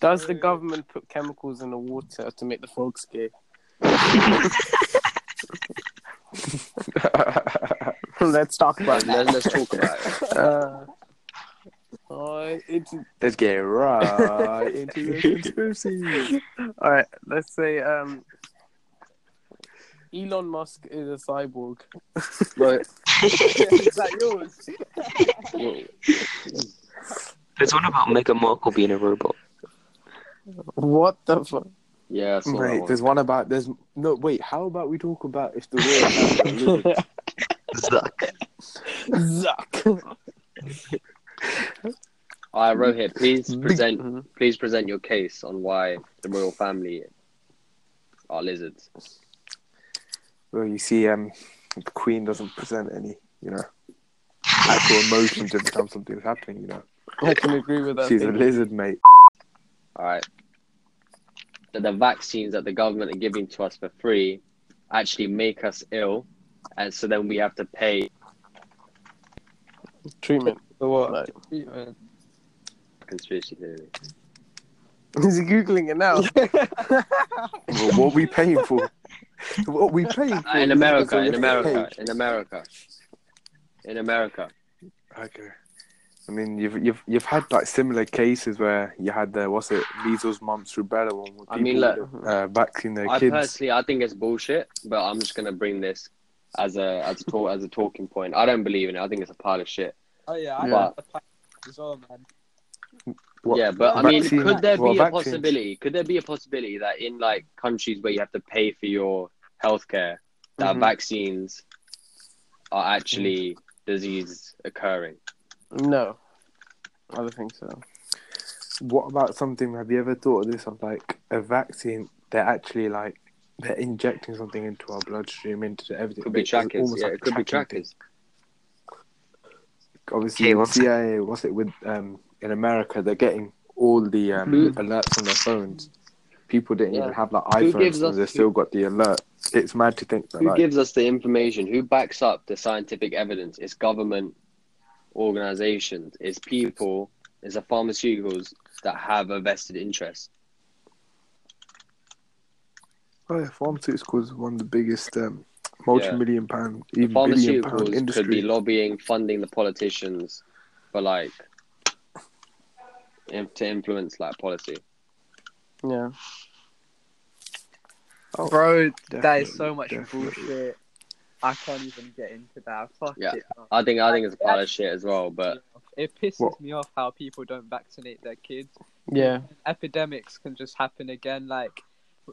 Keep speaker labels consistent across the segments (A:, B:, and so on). A: Does the government put chemicals in the water to make the frogs gay? Let's talk about
B: Right,
A: that.
B: let, let's talk about it.
A: Uh, oh, it's
C: Let's get right into the conspiracy.
A: all right. Let's say um, Elon Musk is a cyborg.
B: Bro,
A: is that yours?
D: There's one about Meghan Markle being a robot.
A: What the fuck?
B: yeah, I saw that
C: Wait,
B: one.
C: there's one about there's no wait. How about we talk about if the world had a lizard?
D: Zuck.
A: Zuck.
B: All right, Rohit, please
C: Mm-hmm.
B: present, please present your case on why the royal family are lizards.
C: Well, you see, um, the Queen doesn't present any, you know, actual emotions every time something's happening. You know,
A: I can agree with that.
C: she's a
A: thing.
C: lizard, mate.
B: All right, that the vaccines that the government are giving to us for free actually make us ill, and so then we have to pay
A: Treatment.
C: what?
A: Like,
B: conspiracy theory.
A: he's googling it now.
C: what are we paying for? what are we paying for?
B: In America, in
C: That's what we
B: America,
C: pay.
B: in America, in America.
C: Okay. I mean, you've you've you've had like similar cases where you had the what's it measles, mumps, rubella one. Where
B: I mean,
C: people
B: look,
C: would, uh, vaccine their
B: I
C: kids.
B: personally, I think it's bullshit, but I'm just gonna bring this as a as a talk, as a talking point. I don't believe in it. I think it's a pile of shit.
E: Oh yeah, I
B: Yeah.
E: got the plan as well, man.
C: What-
B: yeah, but I mean,
C: vaccine-
B: could there
C: well,
B: be a
C: vaccines.
B: possibility? Could there be a possibility that in like countries where you have to pay for your healthcare, that
C: Mhm.
B: vaccines are actually disease occurring?
A: No, I don't think so.
C: What about something? Have you ever thought of this? Of like a vaccine, they're actually like they're injecting something into our bloodstream, into everything.
B: Could be
C: It's
B: trackers.
C: almost
B: Yeah,
C: like
B: it could be
C: tracking
B: trackers.
C: obviously
D: Okay,
C: the
D: what's-
C: CIA, what's it with um in America? They're getting all the um,
B: Who-
E: Mm-hmm.
C: alerts on their phones. People didn't
B: Yeah.
C: even have like
B: Who gives
C: iPhones,
B: us-
C: and they still got the alert. It's mad to think that.
B: Who
C: like,
B: gives us the information? Who backs up the scientific evidence? It's government organizations. It's people. It's the pharmaceuticals that have a vested interest.
C: oh, yeah, pharmaceuticals is one of the biggest um, multi-million pound, even billion pound
B: Pharmaceuticals could be
C: industry.
B: lobbying, funding the politicians for like in, to influence like policy.
A: Yeah.
C: Oh,
E: Bro, that
C: definitely,
E: is so much
C: definitely.
E: bullshit. I can't even get into that. Fuck
B: Yeah. Uh,
E: it. man.
B: I think I think it's a pile of shit as well. But
E: It pisses
C: What?
E: me off how people don't vaccinate their kids.
A: Yeah.
E: Epidemics can just happen again, like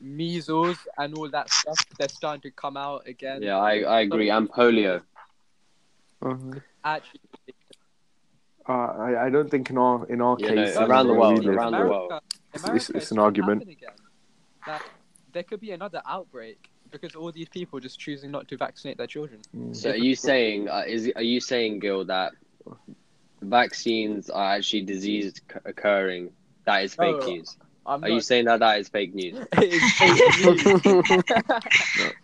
E: measles and all that stuff. They're starting to come out again.
B: yeah, I, I agree. And polio.
C: Uh-huh.
E: Actually,
C: Uh, I, I don't think in our in our
B: Yeah, no,
C: case
B: around the
C: where
B: world,
C: we live,
B: around the
C: yeah.
B: world.
C: It's- it's- it's an argument.
E: happening Again. Like, there could be another outbreak because all these people just choosing not to vaccinate their children.
C: Mm.
B: So are you saying uh, is are you saying Gil that vaccines are actually disease c- occurring? That is fake
E: No,
B: news.
E: I'm
B: Are you saying that that is fake news?
E: it's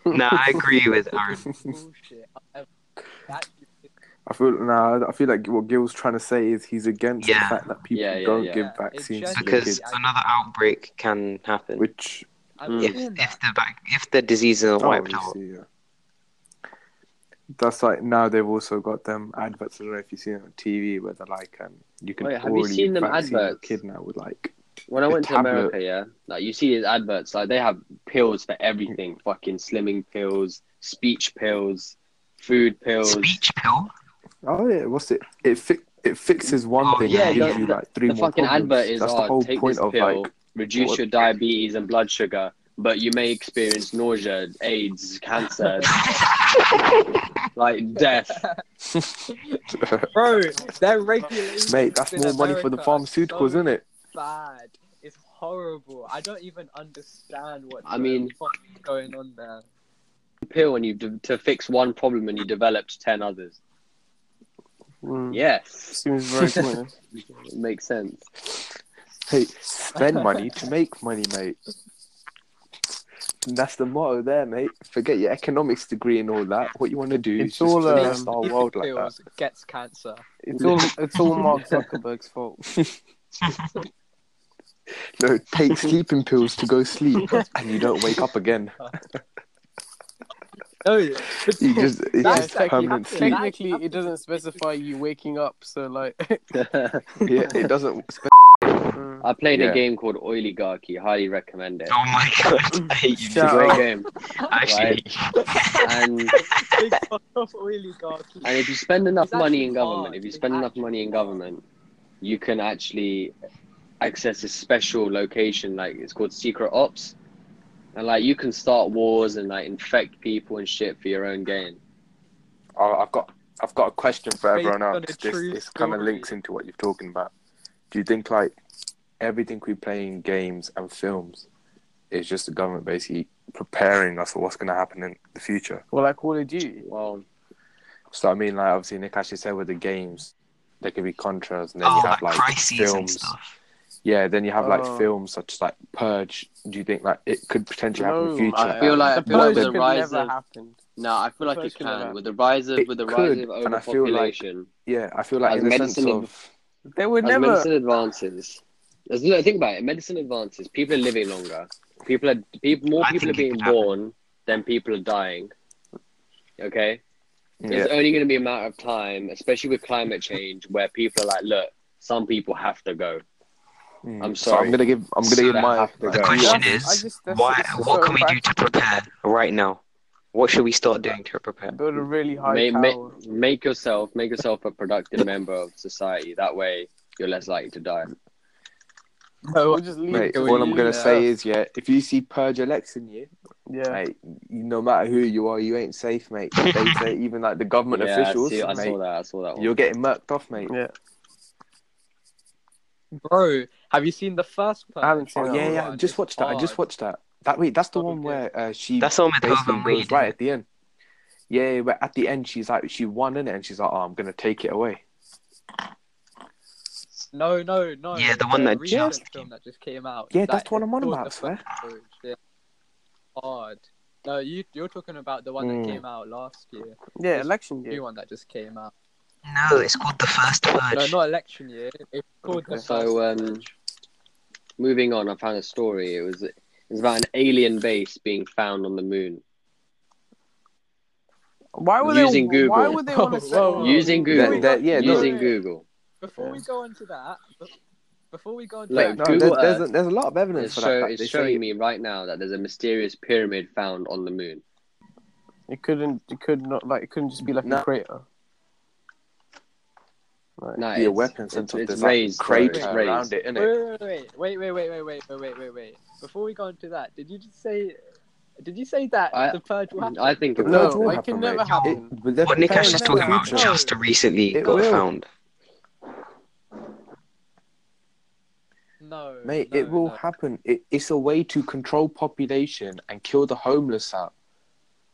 D: No, I agree with Aaron.
E: bullshit. I've- that-
C: I feel nah, I feel like what Gil's trying to say is he's against
D: Yeah.
C: the fact that people
B: Yeah, yeah,
C: don't
B: yeah.
C: give
E: Yeah, it
C: vaccines to their
E: genuinely-
D: Because
C: kids,
D: another outbreak can happen.
C: which Mm.
E: I'm
D: If,
E: saying
D: if
E: that.
D: the back, if the disease is wiped out,
C: obviously, yeah. That's like now they've also got them adverts. I don't know if you've seen it on TV where they're like, um, you can
B: Wait, have you
C: orally
B: seen them
C: vaccine your
B: adverts?
C: kid now with like,
B: When I
C: The
B: went to
C: tablet.
B: America, yeah, like you see these adverts, like they have pills for everything, fucking slimming pills, speech pills, food pills.
D: speech pill.
C: oh yeah, what's it? It fi- it fixes one
D: Oh,
C: thing
B: yeah,
C: and gives
B: the-
C: you like three
B: The
C: more
B: fucking
C: problems.
B: advert is,
C: That's
B: oh,
C: the whole
B: take
C: point
B: this
C: of
B: pill,
C: like,
B: reduce
C: what-
B: your diabetes and blood sugar, but you may experience nausea, AIDS, cancer, like death.
E: Bro, their regulations.
C: mate, that's
E: in
C: more money for the
E: America are
C: pharmaceuticals,
E: so
C: isn't it?
E: Bad. It's horrible. I don't even understand what.
B: I mean-
E: going on there.
B: Pill and you de- to fix one problem and you developed ten others.
A: Mm.
B: Yes,
A: Seems very pointless.
B: it makes sense.
C: Hey, spend money to make money, mate. That's the motto there, mate. Forget your economics degree and all that. What you want to do
A: It's
C: is just
A: all,
C: to
A: um,
C: bless our world like that.
E: Feels gets cancer.
A: It's all it's all Mark Zuckerberg's fault.
C: No, take sleeping pills to go sleep, and you don't wake up again.
E: Oh, yeah.
C: You just it's
E: That's
C: just
E: like-
C: permanent
E: that's
C: sleep.
E: like-
A: Technically, it doesn't specify you waking up, so like,
C: Yeah, it doesn't. spe-
A: Mm.
B: I played
C: Yeah.
B: a game called Oily Garki. Highly recommend it.
D: Oh my god, I hate you.
B: It's a
A: Shut
E: oh.
B: great
A: up.
B: game.
D: I actually
B: Right.
D: hate you.
B: And
E: Big off oily garki.
B: and if you spend enough
E: It's
B: money in
E: actually
B: government,
E: hard.
B: if you
E: It's
B: spend enough
E: actually
B: money in
E: hard.
B: government, you can actually access this special location. Like it's called secret ops, and like you can start wars and like infect people and shit for your own gain.
C: Oh, I've got I've got a question for
E: Based
C: everyone
E: on
C: else.
E: a
C: This
E: true
C: this kind of
E: story.
C: links into what you're talking about. Do you think like everything we play in games and films is just the government basically preparing us for what's going to happen in the future?
A: well, like Call of Duty.
B: Well,
C: So I mean, like obviously Nick actually said with the games, there could be contras, and then
D: Oh,
C: you have
D: like
C: like
D: crises and
C: films.
D: stuff.
C: Yeah, then you have like
A: Oh.
C: films such as like Purge. Do you think like it could potentially happen in the
A: No,
C: future?
B: I feel like-
A: the
B: I feel like
A: purge
B: the
A: could
B: rise
A: never
B: of-
A: happen.
B: no, I feel
A: The
B: like it
A: first killer
B: can
A: app.
B: with the rise of
C: It
B: with the
C: could,
B: rise of
C: and I feel like-
B: overpopulation.
C: yeah, I feel like
B: As
C: in the sense
B: medicine
C: of
A: They would
B: As
A: never.
B: medicine advances, as no, think about it, medicine advances. People are living longer. People are people more
D: I
B: people are
D: think it
B: being
D: could happen.
B: born than people are dying. Okay,
C: yeah,
B: it's only going to be a matter of time, especially with climate change, where people are like, look, some people have to go.
C: mm.
B: I'm
C: So I'm
B: sorry.
C: gonna give I'm gonna
B: So
C: give
B: that
C: my
B: have to
C: my
B: go.
D: The
C: view
D: question
A: Yeah, I
D: is,
A: just- that's-
D: why?
A: it's just
D: What
A: so
D: can we do to prepare right now? What should we start doing to prepare?
A: Build a really high
B: Make,
A: tower.
B: make, make yourself make yourself a productive member of society. That way, you're less likely to die.
E: No,
A: We'll just leave
C: Mate,
A: it.
E: Can
C: all
E: we
C: I'm
E: do
C: gonna
E: that?
B: uh,
C: say is, yeah, if you see purge election year,
A: Yeah.
C: mate, you- no matter who you are, you ain't safe, mate. They say even like the government
B: yeah,
C: officials,
B: I, see, I
C: mate,
B: saw that. I saw that one.
C: you're getting murked off, mate.
A: Yeah.
E: bro, have you seen the first Purge?
A: I haven't seen
C: Oh,
A: that
C: yeah,
A: one.
C: yeah. I just watched that. I just watched that. That wait, that's the one
E: Okay.
C: where uh, she
D: That's all with
C: basically
D: Urban
C: was
D: Weed.
C: right at the end. Yeah, but at the end she's like she won in it, and she's like, "Oh, I'm gonna take it away."
E: No, no, no.
D: Yeah, the one that
E: recent
D: just
E: film that just came out.
C: Yeah,
E: That
C: that's the one I'm on
E: was
C: about,
E: the
C: swear.
E: first Purge, yeah. Hard. Oh, No, you you're talking about the one
C: Mm.
E: that came out last year.
A: Yeah, election
E: New
A: year.
E: one that just came out.
D: No, it's called the first
E: No,
D: purge.
E: not election year. It's called the
A: Okay.
E: first
B: So, um,
E: Purge.
B: moving on, I found a story. It was it was about an alien base being found on the moon.
A: Why would
B: Using
A: they? Why
B: Google.
A: would they want to set
E: Whoa, whoa,
C: Oh,
A: one?
E: whoa.
B: Using Google.
C: That- that- yeah, no.
B: using Google.
E: before we
C: Yeah.
E: go on to that, be- before we go on to
B: Like,
E: that,
C: No,
B: Google
C: there's, there's, a,
B: Earth
C: there's a lot of evidence
B: It's,
C: for
B: show,
C: that. fact.
B: it's
C: They say-
B: showing me right now that there's a mysterious pyramid found on the moon.
A: It couldn't. It could not. Like it couldn't just be like
C: No.
A: a crater. Like,
B: No,
C: be a
B: it's-
C: weapon
B: it's-
C: since
B: it's
C: there's
B: raised,
C: like
B: sorry,
C: crater
B: it's
C: around
B: raised.
C: it, innit?
E: wait, wait, wait, wait, wait, wait, wait, wait, wait, wait, wait. Before we go on to that, did you just say? Did you say that
B: I-
E: the purge will happen?
B: I think it
A: No,
B: was.
C: it will
A: it
C: happen,
A: can
C: mate.
A: never happen.
C: It- but they're
D: What Nick
C: preparing
D: was just
C: us for the
D: talking about
C: future.
D: just recently
C: It
D: got
C: will.
D: found.
E: No,
C: Mate,
E: no,
C: it will
E: no.
C: happen. It, it's a way to control population and kill the homeless out.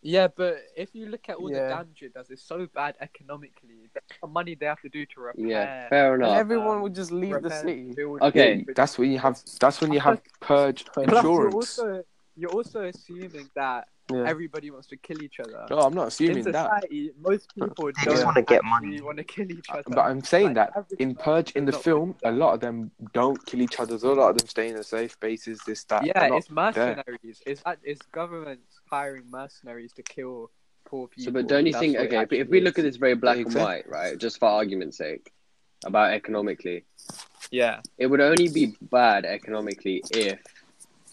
E: Yeah, but if you look at all
A: Yeah.
E: the damage it does, it's so bad economically. The money they have to do to repair.
B: Yeah, fair
A: And
B: enough.
A: everyone
E: um,
A: would just leave the
E: repair
A: city.
E: buildings.
B: Okay.
C: Yeah, that's when you have. That's when you have purge
E: Plus, you're
C: insurance.
E: also you're also assuming that
A: Yeah.
E: everybody wants to kill each other.
B: Oh,
C: No, I'm not
E: In
C: assuming that.
E: society, most people
D: They
E: don't
D: just wanna get money.
E: Want to kill each other.
C: But I'm saying
E: Like,
C: that
E: every
C: in
E: person
C: Purge, in the
E: does not
C: film,
E: want
C: a
E: to
C: lot of them don't kill each other. A lot of them stay in a safe spaces. This, that.
E: die.
C: a
E: Yeah,
C: lot.
E: it's mercenaries. It's act- it's governments hiring mercenaries to kill poor people.
B: So, but don't you
E: That's
B: think?
E: what it
B: Okay, but if
E: actually
B: we look
E: is.
B: at this very black
C: Exactly.
B: and white, right, just for argument's sake, about economically,
E: yeah,
B: it would only be bad economically if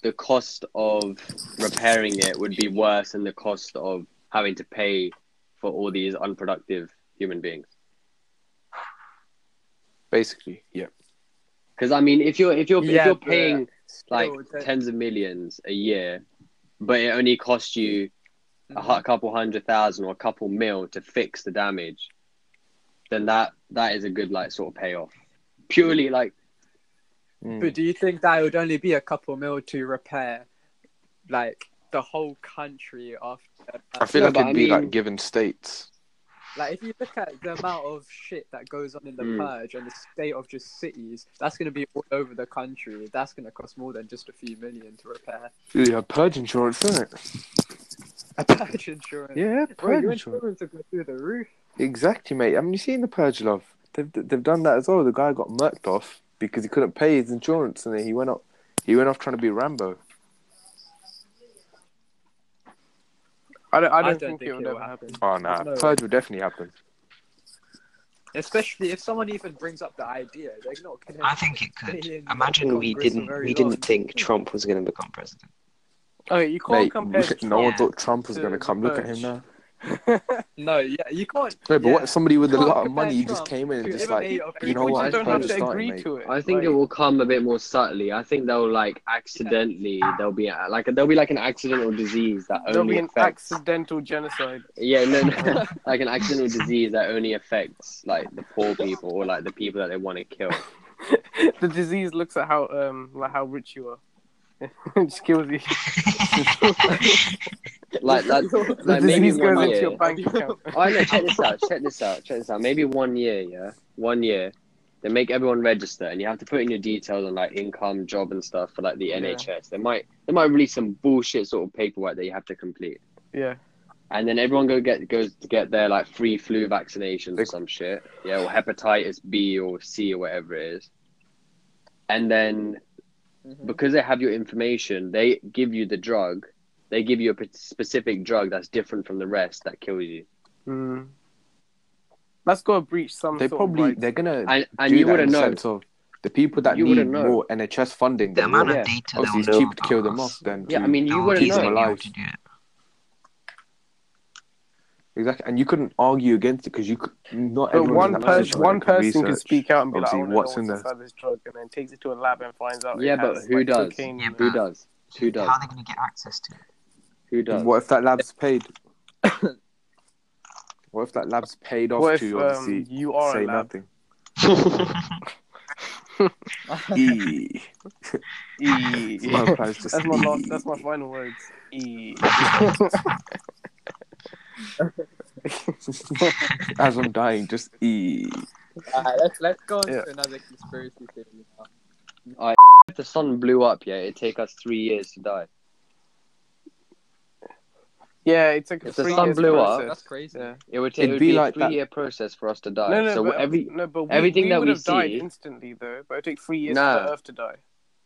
B: the cost of repairing it would be worse than the cost of having to pay for all these unproductive human beings.
C: basically, yeah.
B: Because I mean, if you're if you're if
E: Yeah,
B: you're
E: but
B: paying like
E: still, that-
B: tens of millions a year, but it only costs you a hu- couple hundred thousand or a couple mil to fix the damage, then that that is a good like sort of payoff. Purely like
C: Mm.
E: But do you think that it would only be a couple mil to repair, like the whole country after?
C: I feel
B: No,
C: like
B: but
C: it'd
B: I
C: be like
B: mean-
C: given states.
E: Like, if you look at the amount of shit that goes on in the
B: Mm.
E: purge and the state of just cities, that's going to be all over the country. That's going to cost more than just a few million to repair.
C: Yeah, purge insurance, isn't it?
E: A purge insurance.
C: Yeah,
E: Bro,
C: purge
E: your
C: insurance.
E: insurance are going through the roof.
C: Exactly, mate. I mean, you seen the Purge Love? They've they've done that as well. The guy got murked off because he couldn't pay his insurance, and then he went up He went off trying to be Rambo. I don't. I
E: I
C: don't.
E: don't think, it will
A: ever
E: happen.
C: oh nah.
E: No.
C: purge will definitely happen.
E: Especially if someone even brings up the idea, they're not gonna.
D: I think it could.
E: Being
D: Imagine we
E: Congress for
D: didn't
E: very
D: we
E: long.
D: didn't think Trump was going to become president.
A: Okay, Oh, you can't
C: Mate,
A: compare.
C: no one
D: Trump
C: thought Trump was
A: to
C: going to
A: the
C: come. Look at
A: Purge.
C: him now.
E: no, yeah, you can't.
C: No, but
E: yeah.
C: what if somebody with a
E: Can't
C: lot of
E: compare
C: money
E: Trump
C: just came in and
E: to
C: just
E: MMA
C: like,
E: of
C: you know
E: everyone.
C: what?
A: I
C: it's
A: don't
C: time
A: have
C: to
A: to
C: start,
A: agree
C: mate.
A: to it.
B: I think
A: Like,
B: it will come a bit more subtly. I think they'll like accidentally. There'll be a, like there'll be like an accidental disease that
A: There'll
B: only
A: be an
B: affects.
A: accidental genocide.
B: Yeah, no, no, like an accidental disease that only affects like the poor people or like the people that they want to kill.
A: the disease looks at how um like how rich you are. it just kills you.
B: Like that.
A: The
B: Like maybe
A: disease
B: one
A: goes into
B: year.
A: your bank account.
B: Oh, no, check this out. Check this out. Check this out. Maybe one year, yeah, one year. They make everyone register, and you have to put in your details on like income, job, and stuff for like the
A: Yeah.
B: NHS. They might they might release some bullshit sort of paperwork that you have to complete,
A: yeah.
B: and then everyone go get goes to get their like free flu vaccinations or some shit, yeah, or hepatitis B or C or whatever it is, and then because they have your information, they give you the drug. They give you a p- specific drug that's different from the rest that kills you.
A: Mm. That's got to breach some.
C: They
A: sort
C: probably
A: Of rights.
C: they're gonna
B: And and
C: do
B: you
C: that in
B: wouldn't
C: the
B: know.
C: sense of the people that
B: You
C: need
B: wouldn't know.
C: more NHS funding.
D: The
C: than
D: amount
C: more.
B: Yeah.
D: of data
C: obviously
D: that
C: it's
D: will know
C: cheaper to kill
D: about us,
C: them off than
B: Yeah,
C: to
B: I mean,
D: that
B: you
D: will
B: wouldn't
D: keep
B: know.
C: keep them
D: them able
C: alive.
D: to do it.
C: Exactly, and you couldn't argue against it because you could, not
A: But
C: everyone
A: one
C: in that
A: person,
C: situation
A: one
C: can
A: person can
C: research.
A: speak out and be
C: obviously
A: like, "I what's
C: what's in there."
A: inside this drug," and then takes it to a lab and finds out. it
B: Yeah, but
A: has,
B: who
A: like,
B: does?
A: cocaine
D: Yeah,
A: in it.
B: Who does? Who does?
D: How are they going to get access to it?
B: Who does?
C: What if that lab's paid? what if that lab's paid off
A: What if
C: to
A: um,
C: obviously
A: you are
C: say
A: a lab?
C: nothing? E.
A: E.
C: Love applies to
A: That's my
C: E.
A: last. That's my final words. E.
C: As I'm dying, just E.
E: Alright, let's let's go on
A: Yeah.
E: to another conspiracy theory now.
B: if the sun blew up? Yeah, it'd take us three years to die.
A: Yeah, it's like a
B: If the
A: three
B: sun
A: years
B: blew up-
A: process.
E: That's crazy.
A: Yeah.
B: It would,
C: It'd
B: it would be,
C: be like
B: a
C: that-
B: three-year process for us to die.
A: No, no,
B: so
A: but,
B: every
A: no, but we,
B: everything
A: we
B: that
A: would
B: we
A: have died
B: see-
A: instantly though. But it took three years
B: Nah.
A: for Earth to die.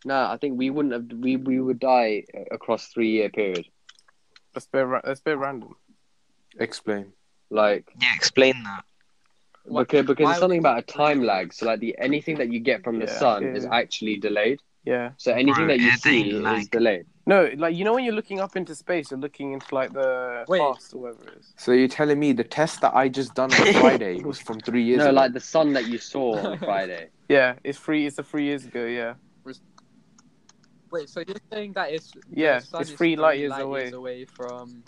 B: no, I think we wouldn't have. We we would die uh, across three-year period.
A: That's bare. ra- That's bare random.
C: Explain.
B: Like
D: Yeah, explain that.
E: Why-
B: because because
E: why
B: it's something
E: would it
B: about a
E: take
B: time
E: three
B: lag. So like the anything that you get from the
A: Yeah,
B: sun
A: yeah.
B: is actually delayed.
A: Yeah.
B: So anything
D: Bro,
B: that you
D: anything
B: see is
D: like-
B: delayed.
A: No, like you know when you're looking up into space, you're looking into like the
E: Wait.
A: past or whatever it is.
C: So you're telling me the test that I just done on Friday was from three years
B: no,
C: ago?
B: like the sun that you saw on Friday.
A: Yeah, it's free. It's a three years ago. Yeah.
E: Wait, so you're saying that it's
A: Yeah,
E: the sun
A: it's
E: is
A: three light years away.
E: from?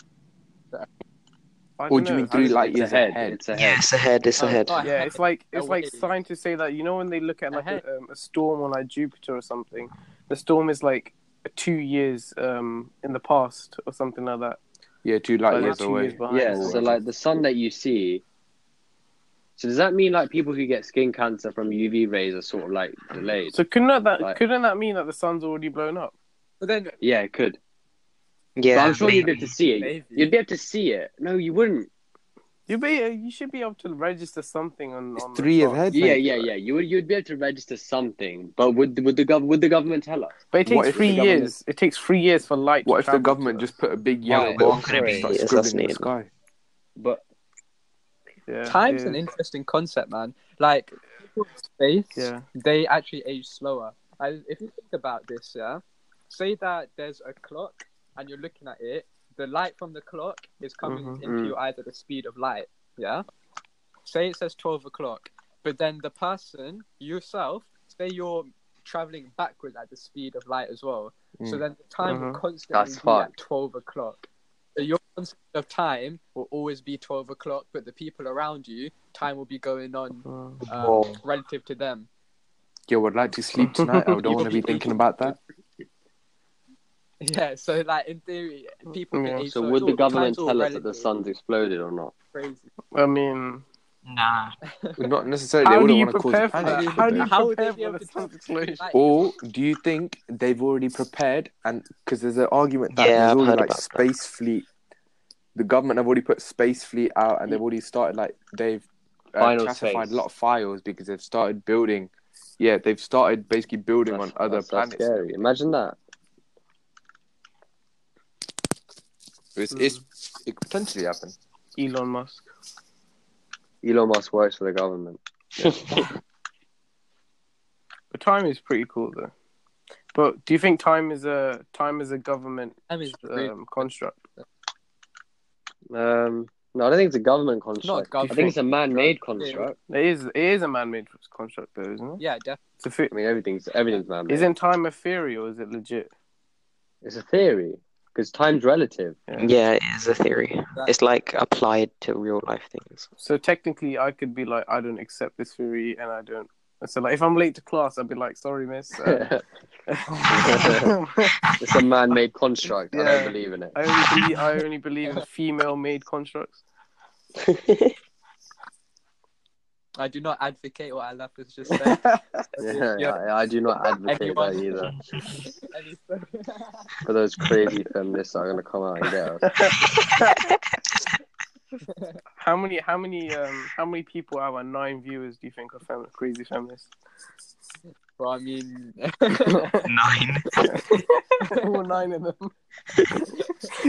A: I
C: or
A: don't
C: do you
A: know.
C: mean
A: I
C: three
A: just-
C: light
B: It's
C: years
B: ahead.
C: ahead?
B: It's ahead.
D: Yeah, it's ahead. It's
E: Oh,
D: ahead.
E: fuck.
A: Yeah, it's like it's like
E: Away.
A: scientists say that you know when they look at like a,
E: Ahead.
A: um, a storm on like Jupiter or something, the storm is like two years um in the past or something like that.
C: Yeah, two light
A: Like,
C: years
A: two
C: away.
A: years behind.
B: Yeah,
C: Oh,
B: so
C: okay.
B: like the sun that you see. So does that mean like people who get skin cancer from UV rays are sort of like delayed?
A: So couldn't that
B: Like-
A: couldn't that mean that the sun's already blown up?
E: But then
B: Yeah, it could.
D: Yeah,
B: but I'm sure you'd be
D: maybe.
B: able to see it.
E: Maybe.
B: You'd be able to see it. No, you wouldn't.
A: You be uh, you should be able to register something on,
C: It's
A: on the
C: three years
A: chart.
C: ahead.
B: Yeah,
C: mate.
B: yeah, yeah. You would. You'd be able to register something. But would the- would the gov would the government tell us?
A: But it
C: What
A: takes
C: if
A: three
C: the government-
A: years. It takes three years for light. to
C: What if the
A: travel
C: government
A: to us.
C: just put a big yellow
B: Alright,
D: but
C: box
D: I'm gonna
B: sorry.
D: be
C: and starts scribbling in the
D: assassinated.
C: sky?
B: But
A: yeah,
E: time's
A: yeah,
E: an interesting concept, man. Like people in space,
A: Yeah.
E: they actually age slower. And if you think about this, yeah, say that there's a clock and you're looking at it, the light from the clock is coming
A: Mhm.
E: into your eyes at the speed of light. Yeah. Say it says twelve o'clock, but then the person yourself, say you're traveling backwards at the speed of light as well. So
C: Mm.
E: then the time will
A: Mhm.
E: constantly
B: That's
E: be at
B: fucked.
E: twelve o'clock. So your concept of time will always be twelve o'clock, but the people around you, time will be going on
A: Mm.
E: um,
D: Whoa.
E: relative to them.
C: Yo, I'd like to sleep tonight. I don't
E: You
C: want to
E: will
C: be
E: be-
C: thinking about that.
E: Yeah, so like in theory, people.
A: Yeah.
E: Can age
B: so
E: slow-
B: would the
E: time's
B: government
E: oh, all
B: tell us that the
E: relative.
B: sun's exploded or not?
E: Crazy.
A: I mean,
D: Nah.
C: Not necessarily.
A: how
C: they
A: do
C: wouldn't
A: you
C: want to
A: prepare
C: cause
A: for
C: panic.
A: that?
E: panic,
A: How
E: but
A: do you
E: then- How would they
A: prepare
E: be
A: for
E: able
A: the
E: to tell?
A: sun's explosion?
E: Like,
C: Or do you think they've already prepared? And because there's an argument that
D: Yeah,
C: there's
D: I've
C: already
D: heard
C: like
D: about that.
C: space fleet. The government have already put space fleet out, and they've already started like they've uh,
B: Final
C: classified
B: space.
C: a lot of files because they've started building yeah, they've started basically building on other
B: that's, that's
C: planets.
B: scary. Imagine that.
C: It's, it's, it could potentially happen.
A: Elon Musk.
B: Elon Musk works for the government.
A: But time is pretty cool though. But do you think time is a time is a government
E: I mean, it's really-
A: um, construct?
B: Um, no, I don't think it's a government construct.
E: Not a
B: I think
E: government
B: it's a man-made construct.
A: It is it is a man-made construct though, isn't it?
E: yeah, definitely.
A: It's a fe-
B: I mean, everything's everything's man-made.
A: isn't time a theory or is it legit?
B: It's a theory because time's relative.
D: Yeah, it is a theory. It's like applied to real life things.
A: So technically, I could be like, I don't accept this theory, and I don't. So like, if I'm late to class, I'd be like, sorry, miss. Uh, I
B: it's a man-made construct. I
A: Yeah.
B: don't believe in it.
A: only believe, I only believe in female-made constructs.
E: I do not advocate what Alap has just said.
B: Yeah, I, I do not advocate
E: Anyone?
B: that either.
E: Anything.
B: For those crazy feminists that are gonna come out and get us.
A: How many, how many, um, how many people out of our nine viewers do you think are fem- crazy feminists?
E: well, I mean,
D: Nine.
A: All nine of them.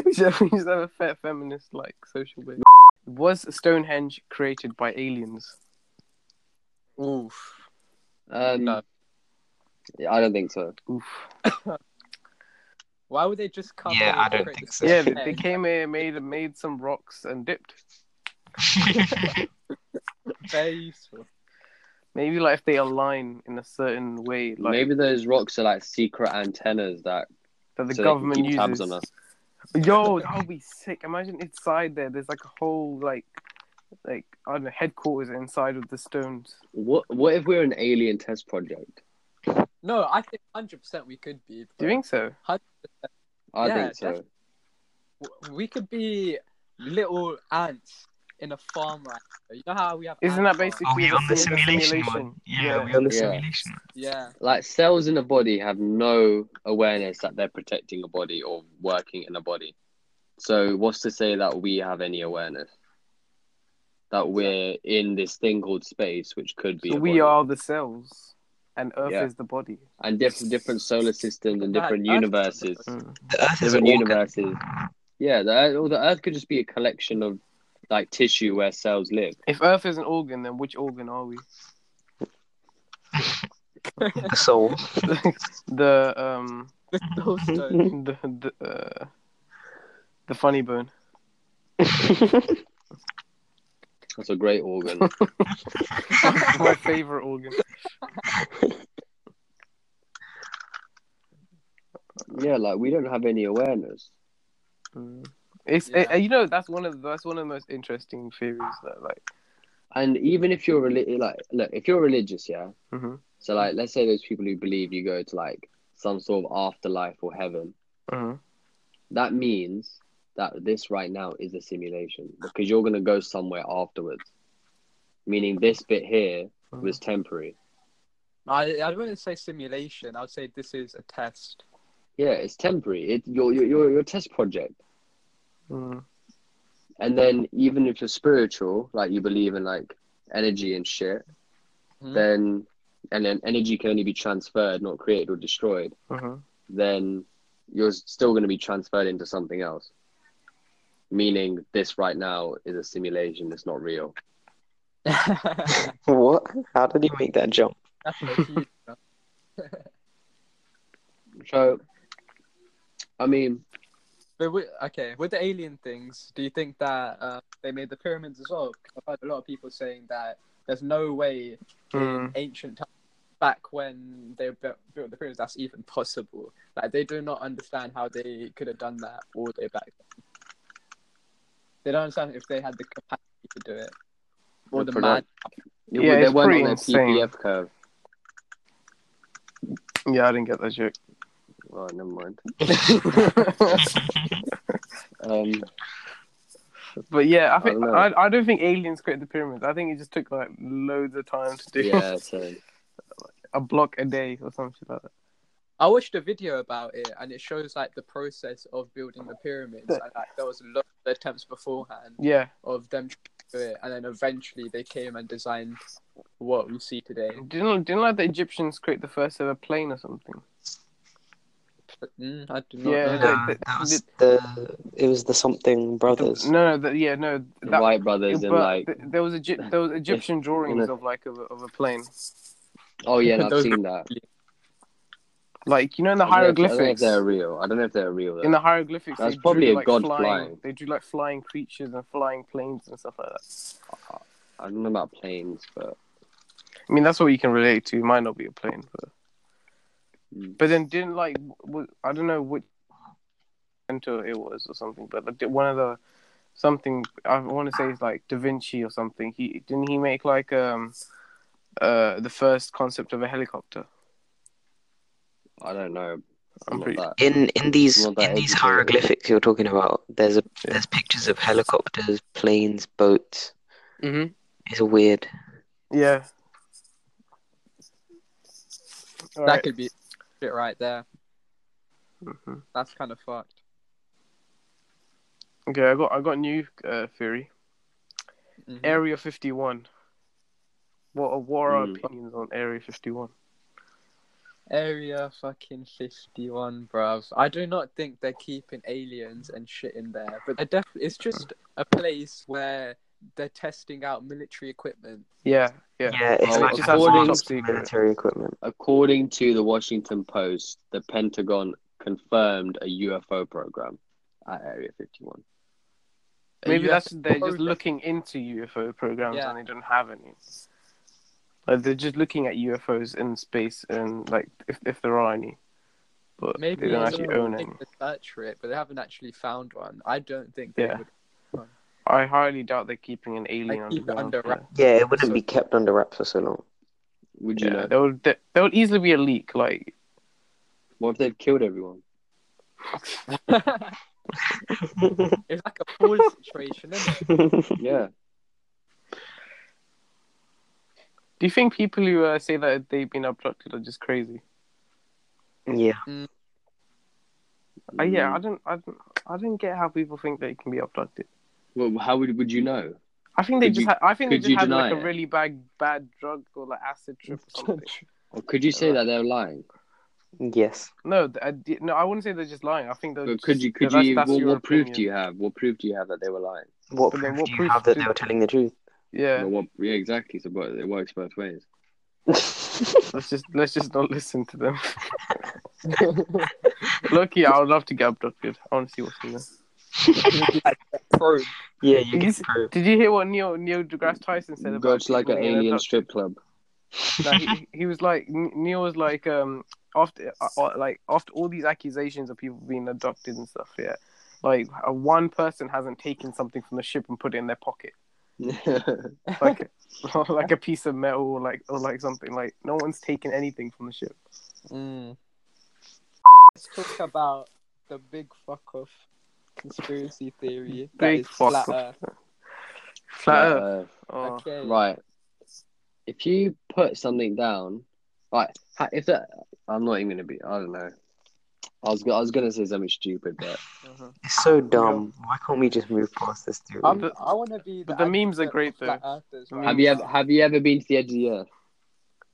A: we should we should have a fe- feminist like social bit. Was Stonehenge created by aliens?
E: oof.
B: Um,
E: No.
B: yeah, I don't think so.
A: Oof.
E: Why would they just come?
D: Yeah,
E: and
D: I don't
E: create
D: think
E: this
D: so.
A: Yeah, they,
E: thing?
A: they came here, made made some rocks, and dipped.
E: Very useful.
A: Maybe like if they align in a certain way, like
B: Maybe those rocks are like secret antennas that
A: that the
B: so they can
A: government
B: keep
A: uses.
B: tabs on us.
A: Yo, that would be sick. Imagine inside there. There's like a whole like, like I don't know, headquarters inside of the stones.
B: What What if we're an alien test project?
E: No, I think hundred percent we could be.
A: Do you think so?
B: I
E: Yeah,
B: think so.
E: def- but We could be little ants in a farmland. You know how we have.
A: Isn't
E: ant
A: that
E: farms?
A: basically?
D: Are we on the
A: sim-
D: simulation one? Yeah, are we on the
B: Yeah.
D: simulation.
E: Yeah.
B: Like cells in a body have no awareness that they're protecting a body or working in a body. So what's to say that we have any awareness? That we're in this thing called space, which could be
A: So
B: a
A: we
B: body.
A: are the cells, and Earth
B: Yeah.
A: is the body.
B: and different different solar systems and
E: That
B: different
E: Earth-
B: universes.
D: The Earth is an
B: Different
D: organ.
B: universes. Yeah, the Earth, or the Earth could just be a collection of like tissue where cells live.
A: If Earth is an organ, then which organ are we?
D: The soul.
A: The um
E: Those stones.
A: the the, uh, the funny bone.
B: That's a great organ.
A: My favorite organ.
B: yeah, like we don't have any awareness.
A: It's
E: Yeah.
A: eh, you know that's one of that's one of the most interesting theories that like
B: And even if you're reli- like, look, if you're religious, yeah.
A: Mhm.
B: So like, let's say those people who believe you go to like some sort of afterlife or heaven.
A: uh
B: That means that this right now is a simulation because you're gonna go somewhere afterwards. Meaning this bit here was temporary.
E: I I wouldn't say simulation. I'd say this is a test.
B: Yeah, it's temporary. It your your your, your test project.
A: mm-hmm,
B: And then even if you're spiritual, like you believe in like energy and shit,
E: Mhm.
B: then and then energy can only be transferred, not created or destroyed.
A: mm-hmm,
B: Then you're still going to be transferred into something else. Meaning this right now is a simulation. It's not real.
E: That's
D: what? How did he make that jump?
E: a huge
B: So, I mean,
E: But with, okay, with the alien things, do you think that uh, they made the pyramids as well? 'Cause I've heard a lot of people saying that there's no way
A: mm-hmm.
E: ancient times, back when they built, built the pyramids, that's even possible. Like they do not understand how they could have done that all the way back. Then. They don't understand if they had the capacity to do it or the
B: For
E: man.
A: Yeah,
B: they
A: it's
B: weren't
A: pretty
B: on their
A: insane.
B: PPF curve.
A: Yeah, I didn't get that joke.
B: Oh, never mind. Um,
A: But yeah, I think
B: don't know.
A: I, I, don't think aliens created the pyramids. I think it just took like loads of time to do
B: yeah, so
A: a block a day or something like that.
E: I watched a video about it, and it shows like the process of building the pyramids. And, like there was lots of attempts beforehand
A: Yeah,
E: of them do it, and then eventually they came and designed what we see today.
A: Didn't didn't like the Egyptians create the first ever plane or something?
E: But, mm, I do not
A: Yeah.
E: know.
D: No,
A: the-
D: that was the. It was the something brothers.
A: No, no, the, yeah, no.
B: The
A: That,
B: Wright brothers and
A: but
B: like,
A: th- there was Egypt, there was Egyptian drawings of like of a, of a plane,
B: oh yeah, and I've
E: Those-
B: seen that.
A: like you know in the
B: I don't know if- I don't know if
A: hieroglyphics.
B: they're real. I don't know if they're real. Though.
A: In the hieroglyphics,
B: That's
A: they
B: probably
A: drew,
B: a
A: like,
B: god
A: flying,
B: flying.
A: They drew like flying creatures and flying planes and stuff like that.
B: I don't know about planes, but
A: I mean, that's what you can relate to. It might not be a plane, but
B: Mm.
A: but then didn't like w- w- I don't know which center it was or something, but like, one of the something I want to say is like Da Vinci or something. He didn't he make like um uh the first concept of a helicopter.
B: I don't know.
A: I'm
B: Not
A: pretty-
B: that.
D: In in these
B: Well, that
D: in these
B: is-
D: hieroglyphics you're talking about, there's a
A: Yeah.
D: there's pictures of helicopters, planes, boats.
A: Mhm.
D: It's weird.
A: Yeah.
E: that could be it right there.
A: hmm
E: That's kind of fucked.
A: Okay, I got I got a new uh, theory.
E: Mhm.
A: Area 51. What, what are our
E: Hmm.
B: Mm.
A: opinions on Area 51?
E: Area fucking 51, bruv. I do not think they're keeping aliens and shit in there, but they're def- it's just a place where they're testing out military equipment.
A: Yeah, yeah.
D: it's
B: Oh,
D: like
B: just
A: according-
D: advanced military equipment.
B: According to the Washington Post, the Pentagon confirmed a UFO program at Area 51.
E: A
A: Maybe
E: UFO
A: that's they're just
E: program.
A: looking into UFO programs
E: Yeah.
A: and they don't have any. Like they're just looking at UFOs in space and like if, if there are any, but
E: Maybe
A: they don't
E: I
A: actually
E: know,
A: own
E: they
A: any.
E: did search for it, but they haven't actually found one. I don't think they
A: Yeah.
E: would.
A: I highly doubt they're keeping an alien
E: Like, keep it
A: underground
E: under
A: there.
E: wraps.
D: Yeah, it wouldn't
E: So-
D: be kept under wraps for so long.
B: Would you
A: Yeah,
B: know?
A: there would there, there would easily be a leak. Like
B: What if they've killed everyone?
E: it's like a pool situation, isn't it?
B: Yeah.
A: do you think people who uh, say that they've been abducted are just crazy?
D: yeah,
A: Uh,
B: Mm.
A: yeah, I don't, I don't, I don't get how people think they can be abducted.
B: Mm. Well, how would would you know?
A: I think they
B: Could
A: just.
B: you-
A: had, I think they
B: could
A: just
B: you
A: had like
B: deny
A: a
B: it?
A: really bad, bad drug or like acid trip. Or something.
B: Or could you say
A: Right.
B: that they're lying?
D: yes.
A: no, th- I di- no, I wouldn't say they're just lying. I think they're.
B: But
A: just-
B: could you
A: yeah,
B: could
A: that's-
B: you
A: that's
B: what,
A: your
B: what proof
A: opinion.
B: do you have? What proof do you have that they were lying?
D: What
A: But
D: proof
A: then what
D: do you
A: proof
D: have that
A: do-
D: they were telling the truth?
A: Yeah,
B: Well, what, yeah, exactly. So but it works both ways.
A: let's just let's just not listen to them. Lucky, I would love to get abducted. I want to see what's in there.
E: Probe.
D: yeah, you
A: Did
D: get
A: you,
D: proof.
A: did you hear what Neil Neil deGrasse Tyson said about?
B: Go to like
A: people
B: an
A: being
B: alien
A: abducted?
B: strip club.
A: No, he, he was like N- Neil was like um after uh, uh, like after all these accusations of people being abducted and stuff. Yeah, like uh, one person hasn't taken something from the ship and put it in their pocket, uh, like like a piece of metal or like or like something. Like no one's taken anything from the ship.
E: Mm. Let's talk about the big fuck off conspiracy theory. that
A: Big
E: is
A: fuck
E: flat
A: off.
E: Earth.
A: Flat Earth.
B: Uh,
A: Oh.
E: Okay.
B: Right. If you put something down, like ha- if that, I'm not even gonna be. I don't know. I was go- I was gonna say something stupid, but
A: Mhm.
D: It's so dumb. Why can't we just move past this theory?
E: I'm,
A: But-
E: I want to be.
A: but the memes are
E: advocate
A: great,
E: for flat
A: though.
E: earthers,
A: The
E: right?
B: have you ever have you ever been to the edge of the earth?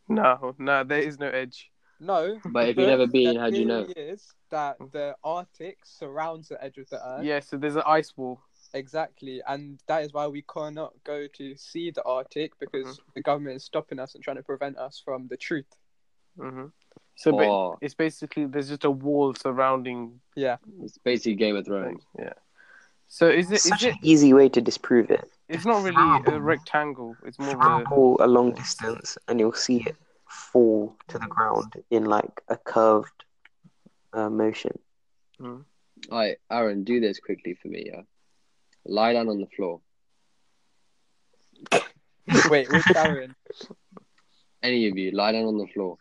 A: No, no, there is no edge.
E: No.
B: But if you've never been, how do you know?
E: Is that the Arctic surrounds the edge of the Earth?
A: Yeah, so there's an ice wall.
E: Exactly, and that is why we cannot go to see the Arctic because the government is stopping us and trying to prevent us from the truth.
A: hmm So ba-
B: Oh,
A: it's basically there's just a wall surrounding.
E: Yeah.
B: it's basically Game of Thrones.
A: Things. Yeah. So is it
D: Such
A: is it
D: an easy way to disprove it.
A: It's not really a rectangle. It's more
D: Throw a
A: of a
D: ball a long distance, and you'll see it fall to the ground in like a curved uh, motion.
B: All right, Aaron, do this quickly for me. Yeah, lie down on the floor.
E: Wait, with Darren,
B: Any of you, lie down on the floor.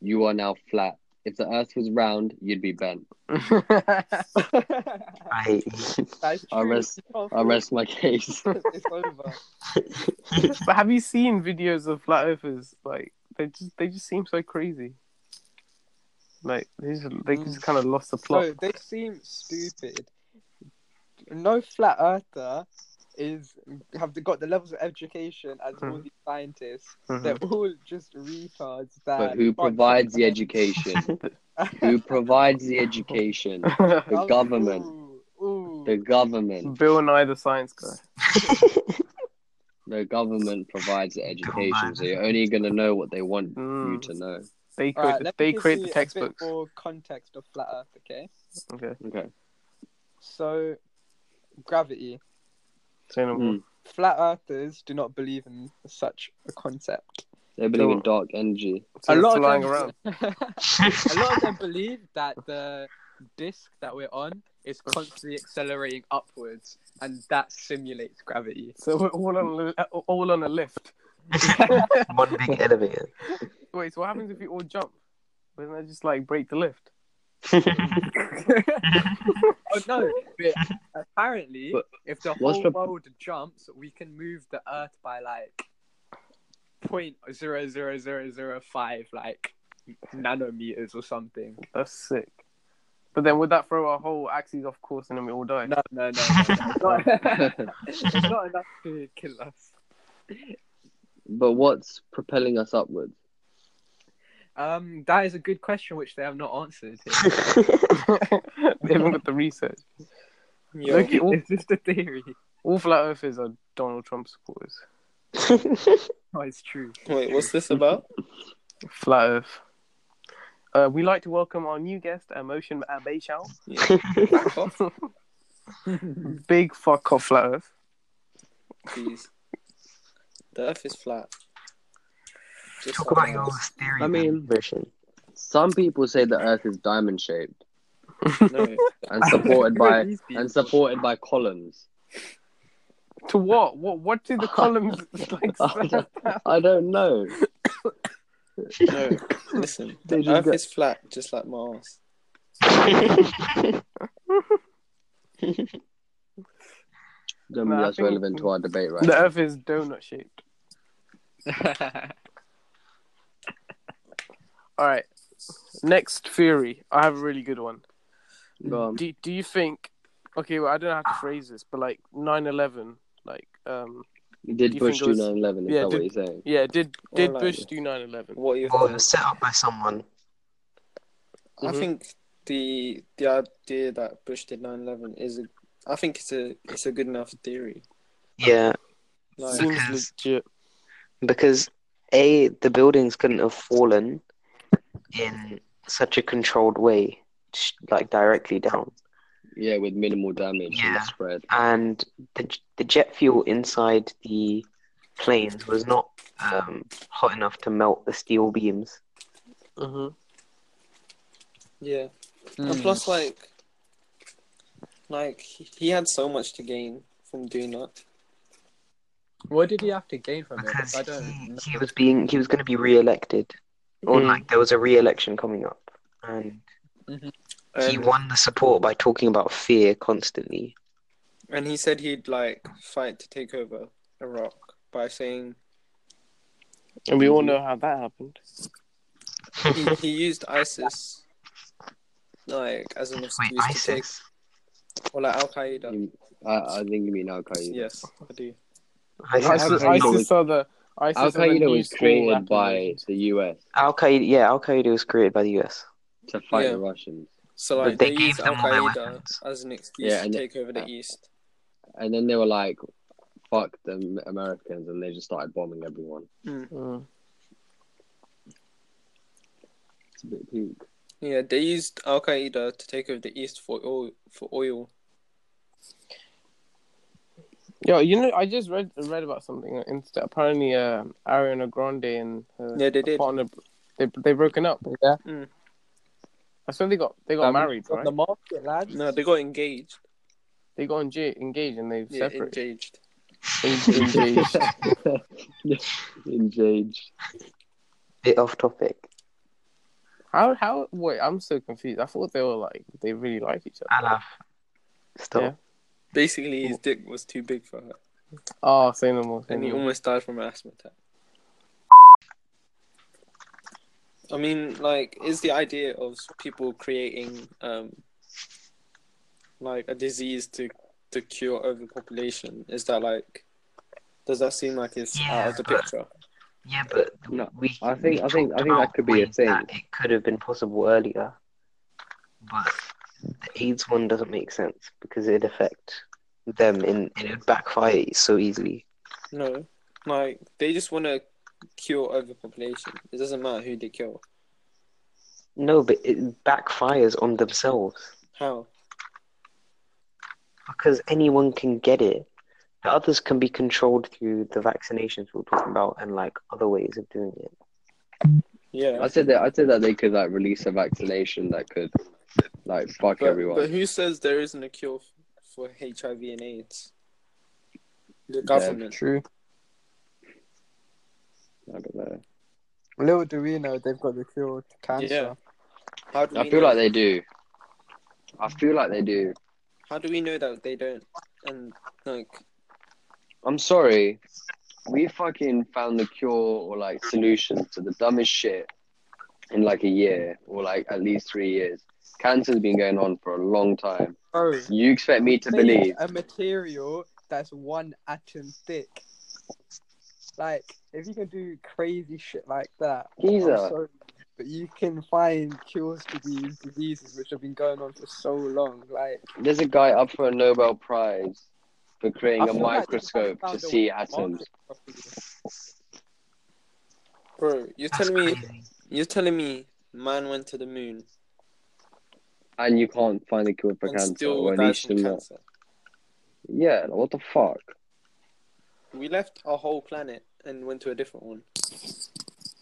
B: You are now flat. If the Earth was round, you'd be bent.
E: that
D: I hate you.
E: is true.
B: I rest-
E: You can't
B: I rest my case.
E: prove it. It's over.
A: but have you seen videos of flat earthers? Like they just they just seem so crazy. Like they just
E: Mm.
A: they just kind of lost the plot.
E: No, they seem stupid. No flat earther is have they got the levels of education as all
A: Mhm.
E: these scientists.
A: Mhm.
E: They're all just retards. That
B: But who
E: can't
B: provides the
E: comprehend-
B: education? who provides the education? The government.
E: Ooh, ooh.
B: The government.
A: Bill Nye the Science Guy.
B: The government provides the education, so you're only gonna know what they want you
A: Mm.
B: to know.
A: They
E: All
A: create,
E: right, let me
A: they
E: give
A: create
E: you
A: the
E: a bit
A: textbooks.
E: more context of flat Earth, okay?
A: Okay.
B: Okay.
E: So, gravity.
A: Say no more.
B: Mm.
E: Flat Earthers do not believe in such a concept.
B: They believe in
A: So-
B: dark energy.
A: So it's
E: of
A: lying
E: them-
A: around.
E: a lot of them believe that the disc that we're on is constantly accelerating upwards, and that simulates gravity.
A: So we're all on li- all on a lift.
D: One big elevator.
A: Wait, so what happens if we all jump? Wouldn't that just like break the lift?
E: Oh no! But apparently,
B: But
E: if the
B: what's
E: whole
B: the-
E: world jumps, we can move the Earth by like point zero zero zero zero five like nanometers or something.
A: That's sick. But then would that throw our whole axes off course and then we all die?
E: No, no, no, no, no. it's not- it's not enough to kill us.
B: But what's propelling us upwards?
E: Um, that is a good question which they have not answered.
A: they haven't got the research.
E: Yo,
A: Look, it all-
E: it's just a theory.
A: All flat earthers are Donald Trump supporters.
E: Oh, it's true.
F: Wait, what's this about?
A: Flat Earth. Uh, we like to welcome our new guest, Emotion Abeyshal.
F: Fuck off,
A: Big fuck off, Flat Earth.
F: please. The Earth is flat. Just
D: Talk about
F: like the
D: your
F: Earth.
D: theory.
B: I mean-
D: version.
B: Some people say the Earth is diamond shaped
F: No,
B: and supported by
E: These people.
B: and supported by columns.
A: To what? What? What do the columns like? stand-
B: I don't know.
F: no. Listen,
B: They
F: the
B: just
F: Earth
B: got-
F: is flat, just like Mars.
B: Don't
A: No, I
B: think that's
A: think-
B: relevant to our debate right
A: the
B: now.
A: Earth is donut shaped. All right. Next theory. I have a really good one.
B: Go on.
A: Do Do you think? Okay, well, I don't know how to phrase this, but like 9-11, like um,
B: Did
A: you
B: Bush
A: think it
B: do
A: was-
B: 9 11? Is
A: Yeah,
B: that
A: did-
B: what you're saying?
A: yeah, did did
F: Or, like-
A: Bush do 9-11?
F: What are your
D: Or
F: thoughts?
D: set up by someone.
F: I
A: Mhm.
F: think the the idea that Bush did 9/11 is a, I think it's a it's a good enough theory.
D: Yeah,
F: Like,
A: Seems
D: Because-
A: legit.
D: because a the buildings couldn't have fallen in such a controlled way, sh- like directly down,
B: Yeah, with minimal damage
D: Yeah.
B: and spread.
D: and the j- the jet fuel inside the planes was not um, hot enough to melt the steel beams.
A: hmm
F: yeah,
D: Hmm.
F: and plus like like he he had so much to gain from doing that.
E: what did he have to gain from it?
D: Because
E: I don't.
D: he,
E: know.
D: he was being he was going to be re-elected, or
A: Mm.
D: like there was a re-election coming up, and he
F: And
D: won the support by talking about fear constantly.
F: and he said he'd like fight to take over Iraq by saying
A: And we all know how that happened.
F: he, he used ISIS like as an excuse
D: Wait,
F: to
D: ISIS.
F: take or like Al Qaeda.
B: You- I, I think you mean Al Qaeda.
F: Yes, I do.
D: ISIS.
A: ISIS,
D: was-
B: Al-Qaeda was-
A: ISIS are the ISIS
B: Al
A: are the
B: Qaeda
A: new
B: was
A: school
B: created by
A: affiliations.
B: the US
D: Al Qaeda, yeah, Al Qaeda was created by the US.
B: to fight
F: Yeah.
B: the Russians.
F: So
D: But
F: like
D: they
F: they,
D: gave
F: used Al
D: them all their
F: Qaeda
D: weapons.
F: as an excuse
B: Yeah,
F: to
B: and-
F: take over the
B: uh,
F: East.
B: And then they were like, fuck the Americans, and they just started bombing everyone.
A: Mm.
B: Oh. It's a bit peak.
F: Yeah, they used Al Qaeda to take over the East for oil. For oil.
A: Yo, you know, I just read read about something on Insta. Apparently, uh, Ariana Grande and her
F: Yeah, they did.
A: partner they they broken up.
E: Yeah.
A: Mm. I swear they got they got
E: Um,
A: married,
E: on
A: right?
E: The market, lads.
F: No, they got engaged.
A: They got enga- engaged and they've
F: Yeah,
A: separated.
F: engaged.
A: En- engaged.
B: Engaged.
D: Bit off topic.
A: how how? Wait, I'm so confused. I thought they were like they really like each other.
D: Alaf. Stop.
A: Yeah.
F: Basically, his dick was too big for her,
A: Oh, say no more. Say
F: and
A: no
F: he
A: more.
F: almost died from an asthma attack. I mean, like, is the idea of people creating um, like a disease to to cure overpopulation? Is that like, does that seem like it's out of the
D: Yeah.
F: picture?
D: Yeah, but
B: No,
D: we.
B: I think- I think- I
D: we talked
B: think that
D: about
B: could be a
D: ways that
B: thing.
D: It could have been possible earlier, but the AIDS one doesn't make sense because it'd affect them and it would backfire so easily.
F: No, like they just want to cure overpopulation. It doesn't matter who they kill.
D: No, but it backfires on themselves
F: How?
D: because anyone can get it. The others can be controlled through the vaccinations we we're talking about and like other ways of doing it.
F: Yeah,
B: I said that I said that they could like release a vaccination that could like fuck
F: but,
B: everyone.
F: but who says there isn't a cure f- for HIV and AIDS? The
B: Yeah.
F: government.
E: True.
B: I don't know.
E: Little do we know they've got the cure to cancer.
F: How do we
B: I feel
F: know?
B: like they do. I feel like they do.
F: How do we know that they don't? And like,
B: I'm sorry. We fucking found the cure or like solution to the dumbest shit in like a year or like at least three years. Cancer's been going on for a long time.
E: Oh,
B: You expect me to believe?
E: a material that's one atom thick. Like, if you can do crazy shit like that, I'm
B: Geezer.
E: sorry, but you can find cures to these diseases which have been going on for so long. Like,
B: There's a guy up for a Nobel Prize for
E: I
B: creating a
E: feel like they
B: microscope to
E: found a
B: see atoms.
F: bro, you're
D: That's
F: telling me,
D: crazy.
F: you're telling me, man went to the moon
B: and you can't find a cure for
F: and
B: cancer,
F: still
B: or at
F: dies
B: least
F: from
B: you're not.
F: cancer.
B: Yeah, like, what the fuck?
F: We left our whole planet and went to a different one.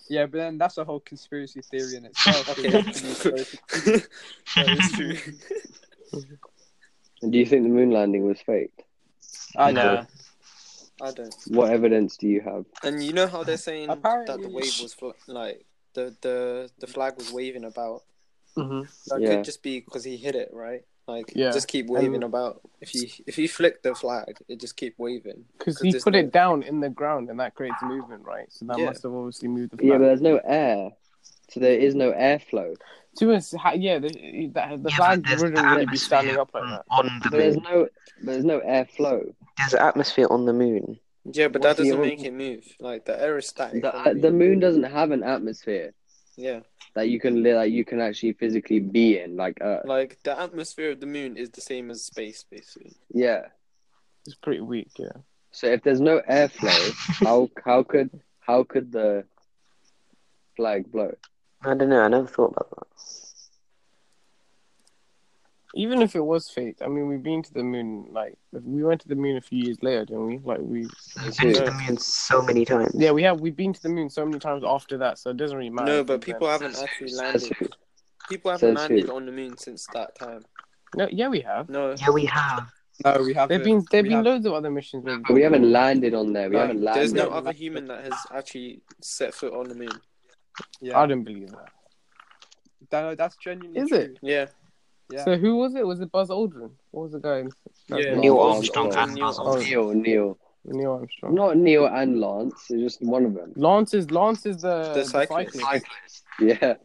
E: Yeah, but then that's a whole conspiracy theory in itself.
F: Okay.
E: Conspiracy-
F: that is true.
B: And do you think the moon landing was faked?
E: I
D: No.
E: know.
F: I don't.
B: What evidence do you have?
F: And you know how they're saying that
E: Apparently-
F: the wave was fl- like the the the flag was waving about. That
B: Yeah.
F: could just be because he hit it, right? Like,
A: Yeah.
F: just keep waving about. If you if you flick the flag, it just keep waving.
A: Because
F: 'Cause
A: he
F: there's
A: put
F: no-
A: it down in the ground and that creates movement, right? So that
F: Yeah.
A: must have obviously moved the flag.
B: Yeah, but there's no air, so there is no airflow.
A: To us, ha- yeah, the, that, the
D: Yeah,
A: flag
D: but there's
A: wouldn't really be
D: atmosphere
A: standing up like
D: on,
A: that.
D: on the
B: There's
D: moon.
B: no, there's no airflow.
D: There's atmosphere on the moon.
F: Yeah, but
B: What's
F: that
B: the
F: doesn't
B: other-
F: make it move. Like the air is static.
B: The, uh,
F: on the
B: the
F: moon.
B: moon doesn't have an atmosphere
F: Yeah,
B: that you can li- that you can actually physically be in, like Earth.
F: like the atmosphere of the moon is the same as space, basically.
B: Yeah.
A: It's pretty weak, yeah.
B: So if there's no airflow, how how could how could the flag blow?
D: I don't know. I never thought about that.
A: Even if it was fake, I mean, we've been to the moon. Like, we went to the moon a few years later, didn't we? Like, we
D: I've
B: Dude.
D: been to the moon so many times.
A: yeah, we have. We've been to the moon so many times after that, so it doesn't really matter.
F: No, but
A: since
F: people haven't
D: Says
F: actually
D: who?
B: Says
F: landed.
B: who?
F: People
B: Says
F: haven't landed
B: who?
F: on the moon since that time.
A: then. No, yeah, we have.
F: No,
D: Yeah, we have.
E: No, we haven't.
A: There've been there've
E: We
A: been
E: have-
A: loads of other missions. Where
B: We haven't landed on there. We
F: like,
B: haven't landed.
F: there's no
E: on
F: other
E: that.
F: human that has actually set foot on the moon.
A: I
E: Yeah.
A: don't believe that.
E: No, that's genuinely
A: Is
E: true.
A: it?
F: Yeah,
E: Yeah.
A: So who was it? Was it Buzz Aldrin? What was the guy?
F: Yeah.
D: Neil
B: Lance
D: Armstrong
B: Armstrong.
D: and Buzz
F: Neil
D: Aldrin.
B: Neil, Neil.
A: Neil Armstrong.
B: Not Neil and Lance, it's just one of them.
A: Lance is Lance is the
F: The cyclist.
B: Yeah.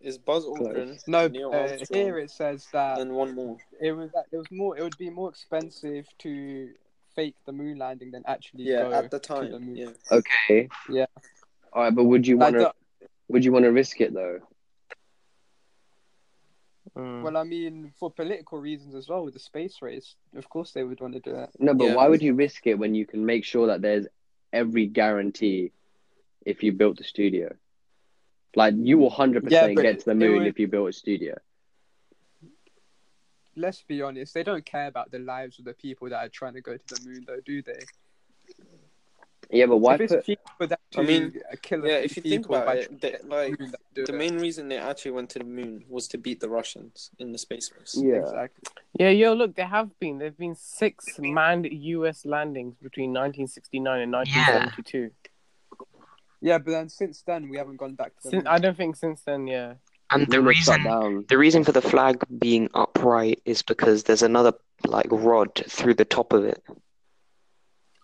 F: is Buzz Aldrin?
E: No,
F: Neil
E: uh,
F: Armstrong,
E: here it says that
F: and one more.
E: it was it was more it would be more expensive to fake the moon landing than actually
F: Yeah,
E: go
F: at the
E: to the
F: time.
E: moon.
F: Yeah,
B: Okay.
E: Yeah.
B: All right, but would you
E: Like,
B: want to? Would you want to risk it though?
E: the-
A: Mm.
E: well, I mean, for political reasons as well, with the space race, of course they would want to do that.
B: No, but
F: Yeah.
B: why would you risk it when you can make sure that there's every guarantee if you built the studio? Like you will hundred
E: Yeah,
B: percent
E: but
B: get to the
E: it
B: moon
E: would-
B: if you built a studio.
E: Let's be honest, they don't care about the lives of the people that are trying to go to the moon, though, do they?
B: Yeah, but why
E: if it's
B: put?
E: cheap for them to
F: I mean,
E: kill a
F: yeah.
E: few
F: If you think
E: people
F: about
E: by
F: it, they,
E: trying
F: like
E: to do
F: the
E: it.
F: main reason they actually went to the moon was to beat the Russians in the space race.
B: Yeah.
E: exactly.
A: Yeah, yo, look, there have been there've been six manned U.S. landings between 1969 and 1972.
E: Yeah, but then since then we haven't gone back to the
A: Since,
E: moon.
A: I don't think since then, yeah.
D: And the
B: moon was shut
D: reason
B: down.
D: the reason for the flag being upright is because there's another like rod through the top of it.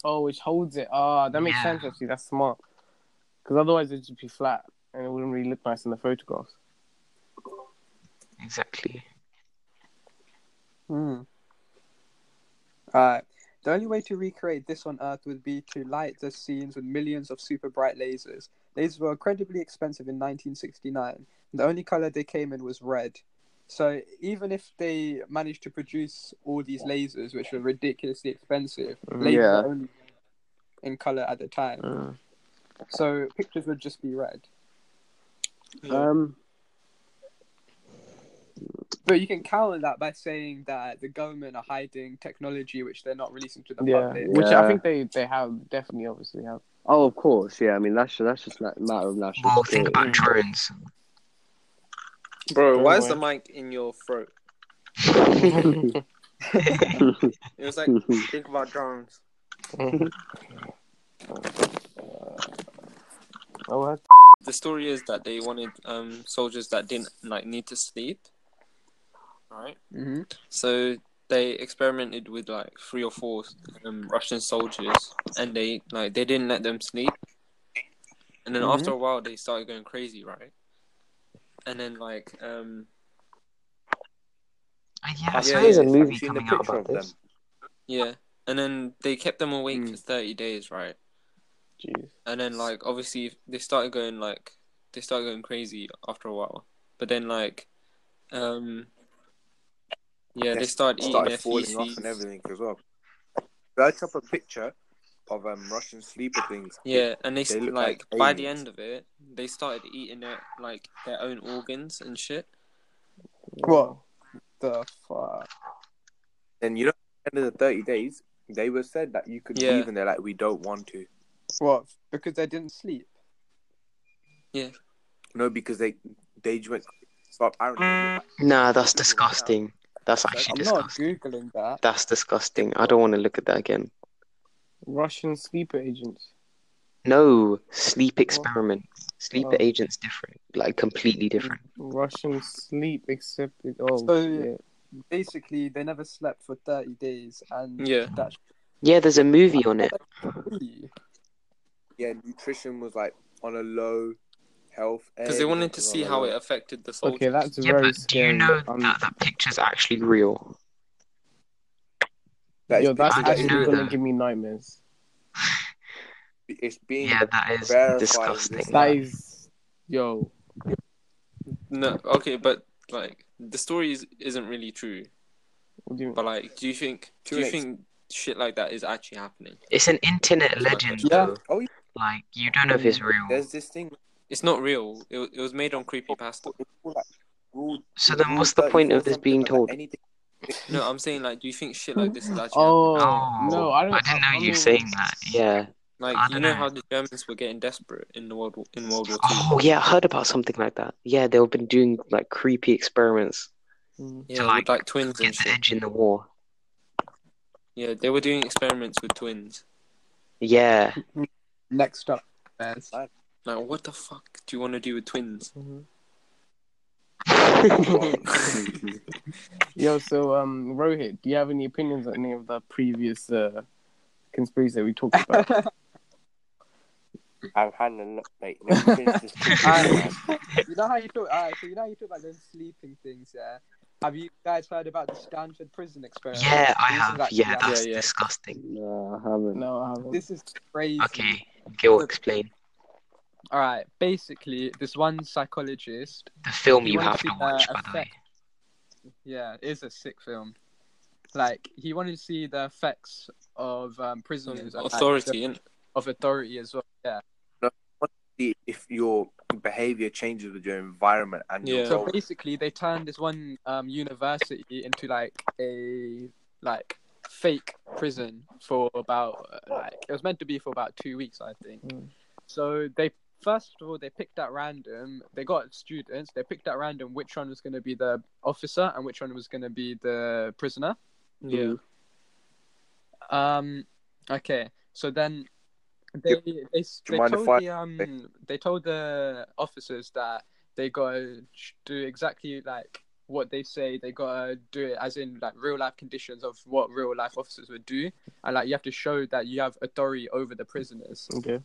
A: Oh, which holds it. Ah, that makes
D: Yeah.
A: sense actually. That's smart. Because otherwise it'd just be flat and it wouldn't really look nice in the photographs.
D: Exactly.
E: Hmm. Uh, the only way to recreate this on Earth would be to light the scenes with millions of super bright lasers. Lasers were incredibly expensive in 1969. And the only color they came in was red. So even if they managed to produce all these lasers, which were ridiculously expensive, lasers
B: Yeah.
E: were only in color at the time. So pictures would just be red.
B: Um,
E: But you can counter that by saying that the government are hiding technology which they're not releasing to the
A: yeah,
E: public.
A: which
B: Yeah.
A: I think they they have definitely obviously have.
B: oh, of course. Yeah. I mean, that's that's just a matter of national
D: Well,
B: security.
D: think about drones.
F: Bro,
A: Don't
F: why is
A: worry.
F: the mic in your throat?
D: Uh,
F: It was like think about drones.
A: Oh, what?
F: The story is that they wanted um soldiers that didn't like need to sleep. Right.
E: hmm
F: So they experimented with like three or four um, Russian soldiers, and they like they didn't let them sleep. And then
C: Mm-hmm.
E: Mhm.
F: after a while, they started going crazy, right? And then like um
D: Yeah, I
C: Yeah,
D: saw there's
C: yeah,
D: a
C: have
D: movie
C: you seen the
D: coming out
C: picture
D: about
C: of
D: this.
C: them?
F: yeah, and then they kept them awake
B: Mm.
F: for thirty days, right?
A: Jeez.
F: And then like obviously they started going like they started going crazy after a while, but then like um yeah
C: They
F: they started eating
C: started
F: their
C: falling
A: E
F: feces.
C: off and everything as well. Search up a picture of um Russian sleeper things.
F: Yeah, and they,
C: They
F: st-
C: look
F: like,
C: like
F: by the
C: aliens.
F: end of it, they started eating their like their own organs and shit.
E: What the fuck?
C: And you know, at the end of the thirty days, they were said that you could
F: Yeah.
C: leave, and they're like, "We don't want to."
E: What? Because they didn't sleep.
C: No, because they they just went stop Aaron.
D: Nah, that's disgusting. That's
E: I'm
D: actually
E: not
D: disgusting.
E: googling that.
D: That's disgusting. I don't want to look at that again.
A: Russian sleeper agents.
D: No, sleep experiment. Sleeper
A: Oh.
D: agent's different, like completely different.
A: Russian sleep except oh
E: So-
A: yeah.
E: Basically, they never slept for 30 days, and
F: Yeah,
E: that's
D: Yeah, there's a movie on it.
E: free.
C: Yeah, nutrition was like on a low health
F: because they wanted to
C: everything was
F: see
C: on a
F: how
C: low.
F: it affected the soldiers.
A: Okay, that's
D: Yeah,
A: very
D: but do you
A: scary.
D: know
A: Um,
D: that that picture's actually real?
C: That is
A: yo, that's
D: I
C: picture- that
A: actually
C: is-
D: know
A: gonna
D: that.
A: give me nightmares.
C: it's being
D: Yeah, that is
C: Verified
D: disgusting.
C: this-
A: That is, yo,
F: No, okay, but like the story is, isn't really true.
A: what do you mean?
F: But like, do you think
C: To
F: do you
C: an ex-
F: think shit like that is actually happening?
D: It's an internet legend,
E: Yeah.
D: though.
C: Oh, yeah.
D: Like, you don't know if it's real.
C: There's this thing.
F: It's not real. It, wa- it was made on creepy pasta.
C: it's all like rule-
D: So then
C: rule
D: what's the point
C: 34
D: of this
C: something
D: being
C: about
D: told?
C: anything.
F: No, I'm saying like, do you think shit like this is actually
A: Oh
D: Oh,
A: no, I don't.
D: I didn't know
A: I
D: you
A: mean-
D: saying that. Yeah.
F: happening?
D: I
F: Like, you
D: dunno.
F: know how the Germans were getting desperate in the world War- in World War Two.
D: Oh, yeah, I heard about something like that. Yeah, they've been doing like creepy experiments
A: Mm.
F: Yeah,
D: like,
F: with like twins
D: to
F: and
D: get the
F: shit.
D: edge in the war.
F: Yeah, they were doing experiments with twins.
D: Yeah.
E: Next up, Bez.
F: Like, what the fuck do you want to do with twins?
A: Yo, so um, Rohit, do you have any opinions on any of the previous uh conspiracy that we talked about?
C: I've had a lot, mate. No, finish this picture,
E: Alright.
C: man.
E: you know how you talk. Alright, so you know how you talk about those sleeping things. Yeah. Have you guys heard about the Stanford prison experiment?
D: Yeah, I
E: This
D: have.
E: is actually
D: Yeah,
E: happening.
D: that's
F: Yeah, yeah.
D: disgusting.
B: no, I haven't.
A: No, I haven't.
E: This is crazy.
D: Okay, Gil, explain.
E: All right. Basically, this one psychologist.
D: The film
E: He
D: you
E: wanted
D: have
E: to
D: to
E: see
D: watch,
E: the
D: by the way.
E: effect. Yeah, it is a sick film. Like he wanted to see the effects of um, prisoners and, like,
F: Authority, innit?
E: of authority as well. Yeah.
C: See If your behavior changes with your environment and your
F: Yeah.
E: So
C: role.
E: basically, they turned this one um, university into like a like fake prison for about uh, like it was meant to be for about two weeks, I think.
A: Mm.
E: So they first of all they picked at random. They got students. They picked at random which one was going to be the officer and which one was going to be the prisoner.
F: Yeah.
E: Um. Okay. So then they they, they
C: mind
E: told
C: if I-
E: the um they told the officers that they gotta ch- do exactly like what they say. They gotta do it as in like real life conditions of what real life officers would do, and like you have to show that you have authority over the prisoners.
A: Okay.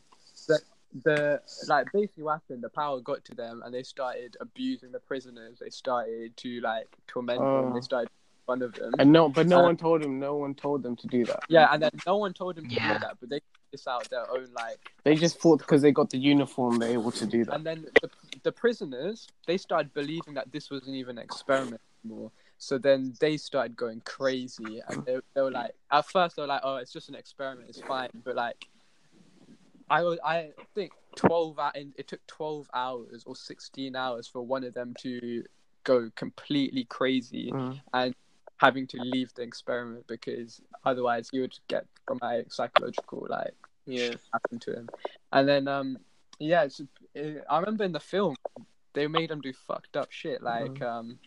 E: The like basically what happened, the power got to them, and they started abusing the prisoners. They started to like torment them.
A: Oh.
E: They started one of them.
A: And no, but no
E: Uh,
A: one told him. No one told them to do that.
E: yeah, and then no one told him to
D: Yeah.
E: do that, but they this out their own like.
A: They just thought because they got the uniform, they're able to do that.
E: And then the, the prisoners they started believing that this wasn't even an experiment anymore. So then they started going crazy, and they, they were like, at first they were like, oh, it's just an experiment, it's fine, but like. I, was, I think 12 hou- and it took 12 hours or 16 hours for one of them to go completely crazy
A: Mm.
E: having to leave the experiment because otherwise he would get traumatic psychological like
F: Yeah.
E: happen to him. And then um yeah, it's, it, I remember in the film they made him do fucked up shit like um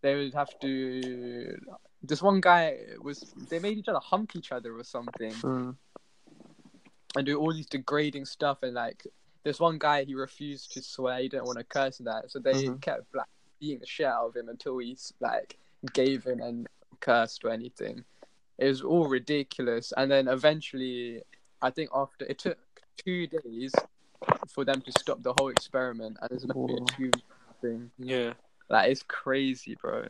E: they would have to this one guy was they made each other hump each other or something
A: Mm.
E: and do all these degrading stuff and like this one guy he refused to swear he didn't want to curse and that so they
A: Mhm.
E: kept like beating the shit out of him until he like gave in and cursed or anything it was all ridiculous and then eventually i think after it took two days for them to stop the whole experiment and there's
A: Whoa.
E: nothing two thing
F: Yeah.
E: like it's crazy bro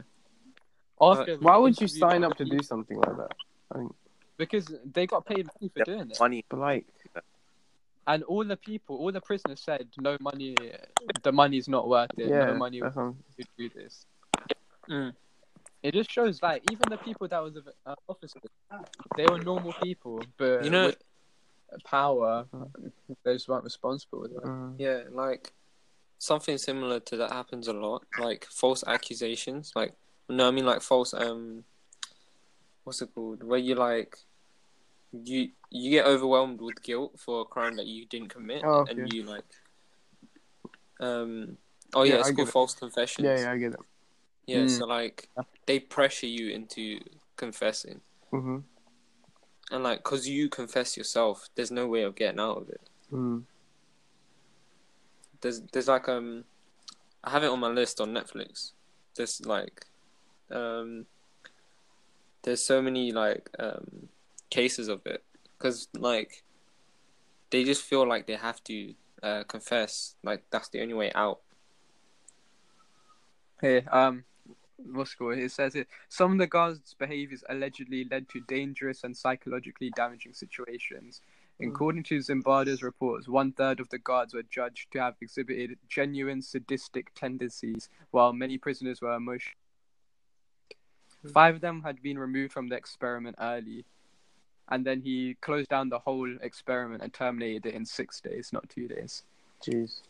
E: after
A: Uh, Why would you sign up to do something like that?
E: because they got paid money for doing it
C: Funny.
A: But like,
E: and all the people, all the prisoners said, no money, the money's not worth it.
A: yeah,
E: no money
A: that's what I'm-
E: to do this.
F: Mm.
E: It just shows like even the people that was uh, officers, they were normal people, but
F: You know-
E: with power, those weren't responsible. With it.
A: mm.
F: Yeah, like something similar to that happens a lot, like false accusations, like no, I mean like false um what's it called? Where you like you you get overwhelmed with guilt for a crime that you didn't commit
A: Oh, okay.
F: and you like um oh
A: Yeah,
F: yeah,
A: I
F: it's
A: get
F: called
A: it.
F: false confessions.
A: yeah, yeah, I get it.
F: Yeah,
E: Mm.
F: so like they pressure you into confessing.
A: hmm
F: And like cuz you confess yourself, there's no way of getting out of it.
A: Mm.
F: there's there's like um I have it on my list on Netflix. There's like um there's so many like um cases of it cuz like they just feel like they have to uh, confess like that's the only way out.
E: Here, um, what's it called? It says it. Some of the guards' behaviors allegedly led to dangerous and psychologically damaging situations. According to Zimbardo's reports, one third of the guards were judged to have exhibited genuine sadistic tendencies, while many prisoners were emotional. Five of them had been removed from the experiment early, and then he closed down the whole experiment and terminated it in six days, not two days.
A: Jeez.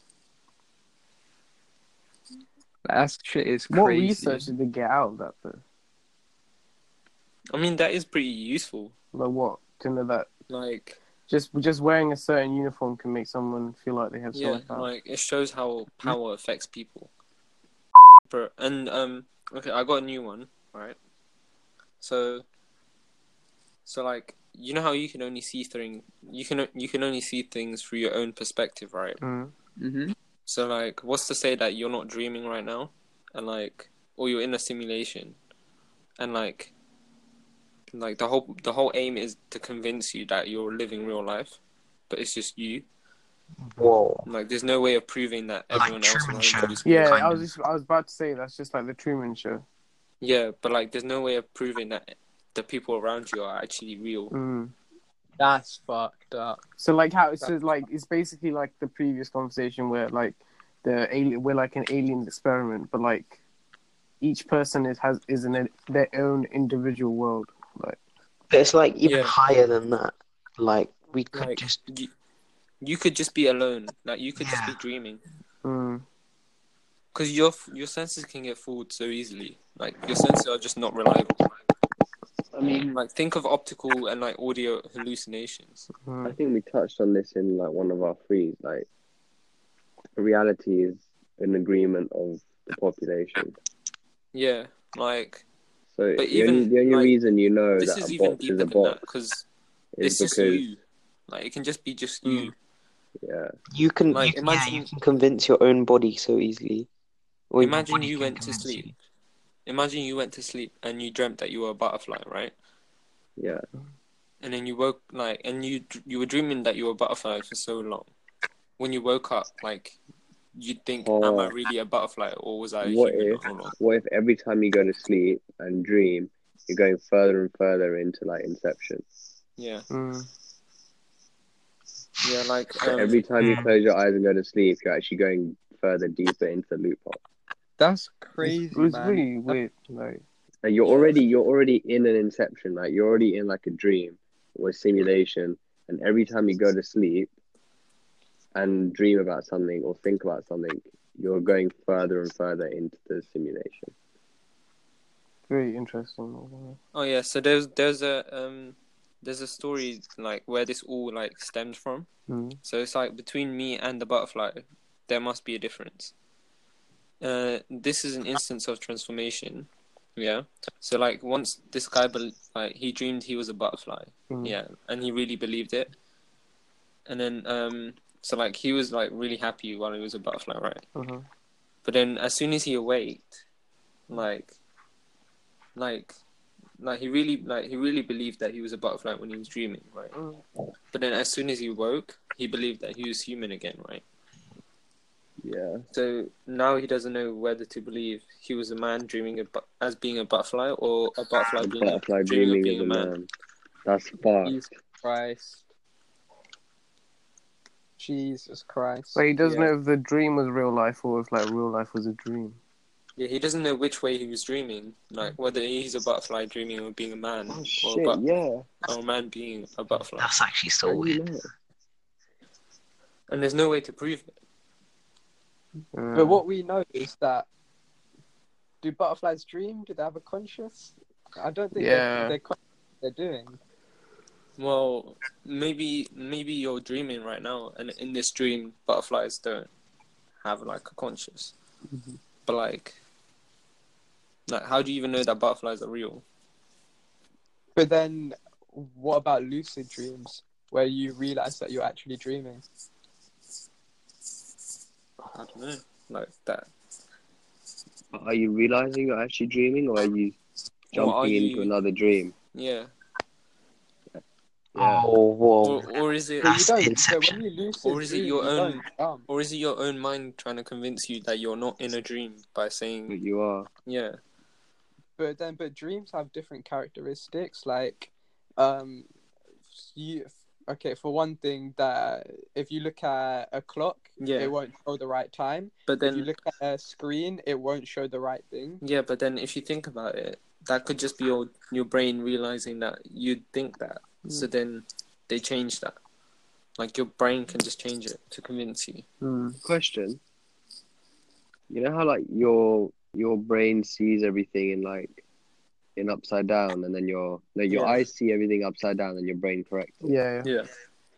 E: That shit is crazy.
A: What research did they get out of that though?
F: I mean that is pretty useful.
A: Like what? To know that
F: Like
A: just just wearing a certain uniform can make someone feel like they have so
F: yeah,
A: much power. Hmm?
F: like it shows how power affects people. Bro, and um okay, I got a new one, right? So so like you know how you can only see thing you can you can only see things through your own perspective, right?
A: Mm.
E: Mm-hmm.
F: So like what's to say that you're not dreaming right now and like or you're in a simulation and like like the whole the whole aim is to convince you that you're living real life but it's just you
D: Whoa.
F: like there's no way of proving that
D: Like
F: everyone else
D: Truman
F: around
D: Show.
F: you is
A: Yeah,
D: Kind
A: I
D: of.
A: was just, I was about to say that's just like the Truman Show.
F: Yeah, but like, there's no way of proving that the people around you are actually real.
A: Mm.
E: That's fucked up.
A: So like how it's just like it's basically like the previous conversation where like the alien we're like an alien experiment, but like each person is has is in a, their own individual world. Like
D: But it's like even
F: Yeah.
D: higher than that. Like we could
F: Like,
D: just
F: you, you could just be alone. Like, you could just be
D: Yeah.
F: dreaming,
A: mm,
F: because your your senses can get fooled so easily. Like, your senses are just not reliable.
B: I mean,
F: Like, think of optical and like audio hallucinations.
B: I
A: mm,
B: think we touched on this in like one of our threes. Like, reality is an agreement of the population.
F: Yeah, like
B: So
F: But
B: the
F: even,
B: only, the only
F: like,
B: reason you know
F: this
B: that
F: is
B: a
F: even
B: box
F: deeper
B: is a
F: than
B: box
F: that, because it's
B: is
F: just
B: because Hmm.
F: you. Like, it can just be just
A: Mm.
F: you.
B: yeah,
D: you can
F: Like,
D: you,
F: imagine-
D: yeah, you can convince your own body so easily. Or your
F: Imagine
D: body
F: you
D: can
F: went to
D: convince
F: sleep.
D: you.
F: Imagine you went to sleep and you dreamt that you were a butterfly, right?
B: yeah.
F: and then you woke like and you you were dreaming that you were a butterfly for so long when you woke up like you'd think,
B: Oh.
F: am I really a butterfly or was I a
B: What
F: human
B: if-
F: all along?
B: What if every time you go to sleep and dream, you're going further and further into like inception?
F: Yeah,
A: Mm.
F: yeah, like
B: So
F: um,
B: every time you
D: Mm.
B: close your eyes and go to sleep, you're actually going further deeper into the loophole.
E: That's
A: It's,
E: crazy,
A: it's
E: man.
A: really weird. Like,
B: And you're already you're already in an inception, like you're already in like a dream or a simulation. And every time you go to sleep and dream about something or think about something, you're going further and further into the simulation.
A: very interesting.
F: oh yeah, so there's there's a um there's a story like where this all like stemmed from.
A: Mm.
F: So it's like between me and the butterfly, there must be a difference. Uh, this is an instance of transformation. Yeah. So like once this guy, bel like he dreamed he was a butterfly.
A: Mm.
F: Yeah, and he really believed it. And then um, so like he was like really happy while he was a butterfly, right?
A: Uh-huh.
F: But then as soon as he awaked, like, like, like he really like he really believed that he was a butterfly when he was dreaming, right?
A: Mm.
F: But then as soon as he woke, he believed that he was human again, right?
B: Yeah.
F: So now he doesn't know whether to believe he was a man dreaming of, bu- as being a butterfly or a butterfly,
B: The
F: being,
B: butterfly
F: dreaming
B: dreaming
F: of being
B: is
F: a
B: a
F: man.
B: man. That's fucked.
E: Jesus Christ. Jesus Christ.
A: But he doesn't
F: Yeah.
A: know if the dream was real life or if like real life was a dream.
F: Yeah, he doesn't know which way he was dreaming, like whether he's a butterfly dreaming of being a man
B: Oh
F: or, a
B: shit!
F: but-
B: Yeah.
F: or a man being a butterfly.
D: That's actually so
B: How do you
D: weird.
B: know?
F: And there's no way to prove it.
A: Uh,
E: But what we know is that do butterflies dream? Do they have a conscience? I don't think
A: Yeah.
E: they're, they're conscious of what they're doing.
F: Well, maybe maybe you're dreaming right now, and in this dream, butterflies don't have like a conscience. But like, like how do you even know that butterflies are real?
E: But then, what about lucid dreams, where you realize that you're actually dreaming?
F: I don't know. Like that.
B: Are you realizing you're actually dreaming, or are you jumping
F: are
B: into
F: you-
B: another dream?
F: Yeah.
B: Yeah.
D: Oh, whoa.
F: Or or is it
E: But
D: That's
E: you don't. So
D: Inception.
E: when you lucid
F: Or is it
E: dream,
F: your
E: you
F: own-
E: don't jump.
F: or is it your own mind trying to convince you that you're not in a dream by saying
B: But you are.
F: yeah?
E: But then, but dreams have different characteristics. Like, um, you okay for one thing that if you look at a clock,
F: Yeah.
E: it won't show the right time.
F: But
E: if
F: then
E: you look at a screen, it won't show the right thing.
F: Yeah, but then if you think about it, that could just be your your brain realizing that you'd think that. So
B: Hmm.
F: then they change that. Like your brain can just change it to convince you.
A: Mm,
B: Question. You know how like your your brain sees everything in like in upside down, and then your no, your
F: Yeah.
B: eyes see everything upside down, and your brain corrects it.
A: yeah, yeah.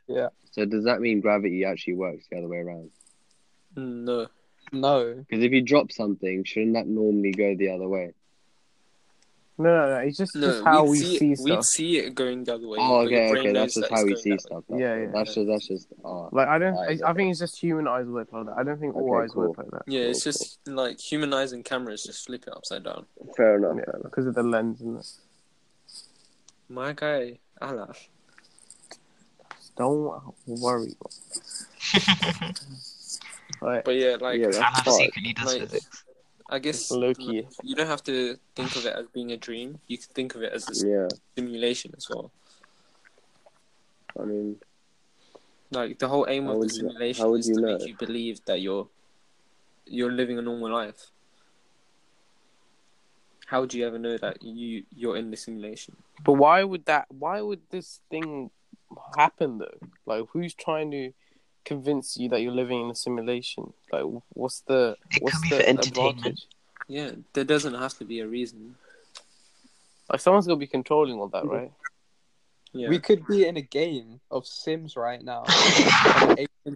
F: Yeah.
B: So does that mean gravity actually works the other way around?
F: Mm, No.
E: No,
B: Because if you drop something, shouldn't that normally go the other way?
A: No, no, no. It's just,
F: No.
A: just how
F: we'd
A: we
F: see,
A: see
F: it, we'd
A: stuff.
F: see it going the other way.
B: oh,
F: but your
B: okay,
F: brain
B: okay.
F: knows
B: That's just
F: that it's
B: how we
F: going
B: see
F: that way.
B: stuff.
A: Yeah, yeah.
B: That's just that's just. Oh,
A: Like I don't.
B: I
A: I, I think it's just human eyes work like that. I don't think all
B: Okay,
A: eyes
B: cool.
A: work like that.
F: Yeah, it's
B: Cool,
F: just like human eyes and cameras just flip it upside down.
B: fair enough.
A: Yeah, because of the lens and that.
F: My guy, Alash.
A: Don't worry. like
F: But yeah, like
B: yeah,
D: Alan
B: that's fucked.
D: secretly does
F: like-
D: physics.
F: I guess
A: Loki.
F: you don't have to think of it as being a dream. You can think of it as a
B: Yeah,
F: simulation as well.
B: I mean,
F: Like the whole aim
B: How
F: of the
B: would you-
F: simulation
B: how would
F: is
B: you
F: to
B: know?
F: make you believe that you're you're living a normal life. How would you ever know that you you're in the simulation?
A: But why would that? Why would this thing happen though? Like, who's trying to convince you that you're living in a simulation? Like, what's the
D: It
A: what's
D: could be
A: the
D: for entertainment.
A: advantage?
F: Yeah, there doesn't have to be a reason.
A: Like, someone's gonna be controlling all that, right?
F: Yeah,
E: we could be in a game of Sims right now.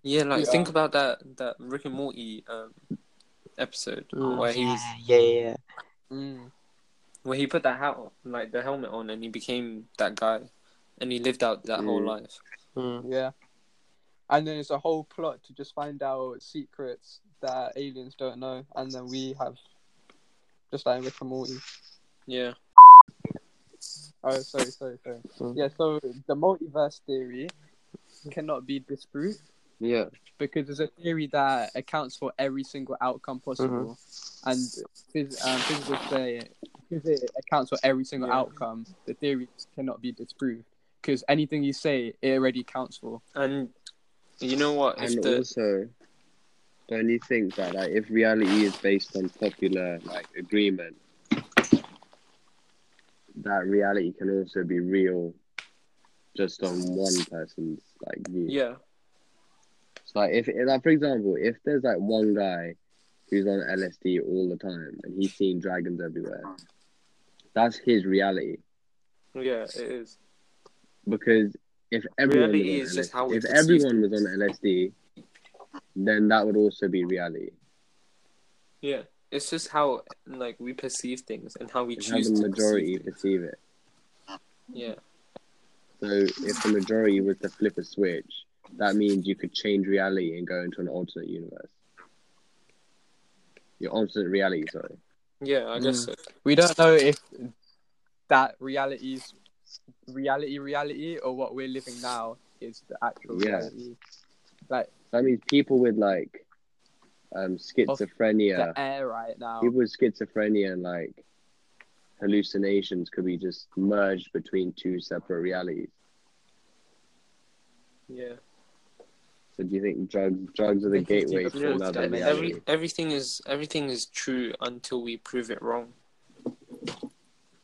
F: yeah. Like
E: Yeah.
F: think about that that Rick and Morty um, episode
A: Mm.
F: where he was
D: Yeah, yeah, yeah.
E: Mm.
F: where he put that hat on, like the helmet on, and he became that guy, and he lived out that whole
B: Mm.
F: life.
A: Mm.
E: Yeah. And then it's a whole plot to just find out secrets that aliens don't know, and then we have just like Rick and Morty.
F: Yeah,
E: Oh, sorry, sorry, sorry.
A: Mm.
E: Yeah, so the multiverse theory cannot be disproved
B: Yeah.
E: because there's a theory that accounts for every single outcome possible, and phys- um, physicists say because it accounts for every single
F: Yeah.
E: outcome, the theory cannot be disproved because anything you say it already counts for.
F: And you know what? If
B: and
F: the
B: also, don't you think that like, if reality is based on popular like agreement, that reality can also be real, just on one person's like view.
F: yeah,
B: So, like if like for example, if there's like one guy who's on LSD all the time and he's seeing dragons everywhere, that's his reality.
F: yeah, it is.
B: Because if everyone
F: Reality
B: was on
F: is just
B: LSD,
F: how we
B: if
F: perceive
B: everyone was on LSD, then that would also be reality.
F: Yeah, it's just how like we perceive things and how we
B: If how
F: choose
B: the
F: to
B: majority
F: majority. Perceive
B: perceive it.
F: things. Yeah,
B: So if the majority was to flip a switch, that means you could change reality and go into an alternate universe. Your alternate reality, sorry.
F: yeah, I
B: Mm.
F: guess so.
E: We don't know if that reality's reality reality or what we're living now is the actual
B: Yeah.
E: reality. Like
B: That means people with like um, schizophrenia,
E: the air right now.
B: people with schizophrenia and like hallucinations could be just merged between two separate realities.
F: Yeah,
B: So do you think drugs drugs are the
E: They can see
B: gateway
E: the
B: to
E: fourth
B: another
E: dimension.
B: reality?
F: every, everything is everything is true until we prove it wrong.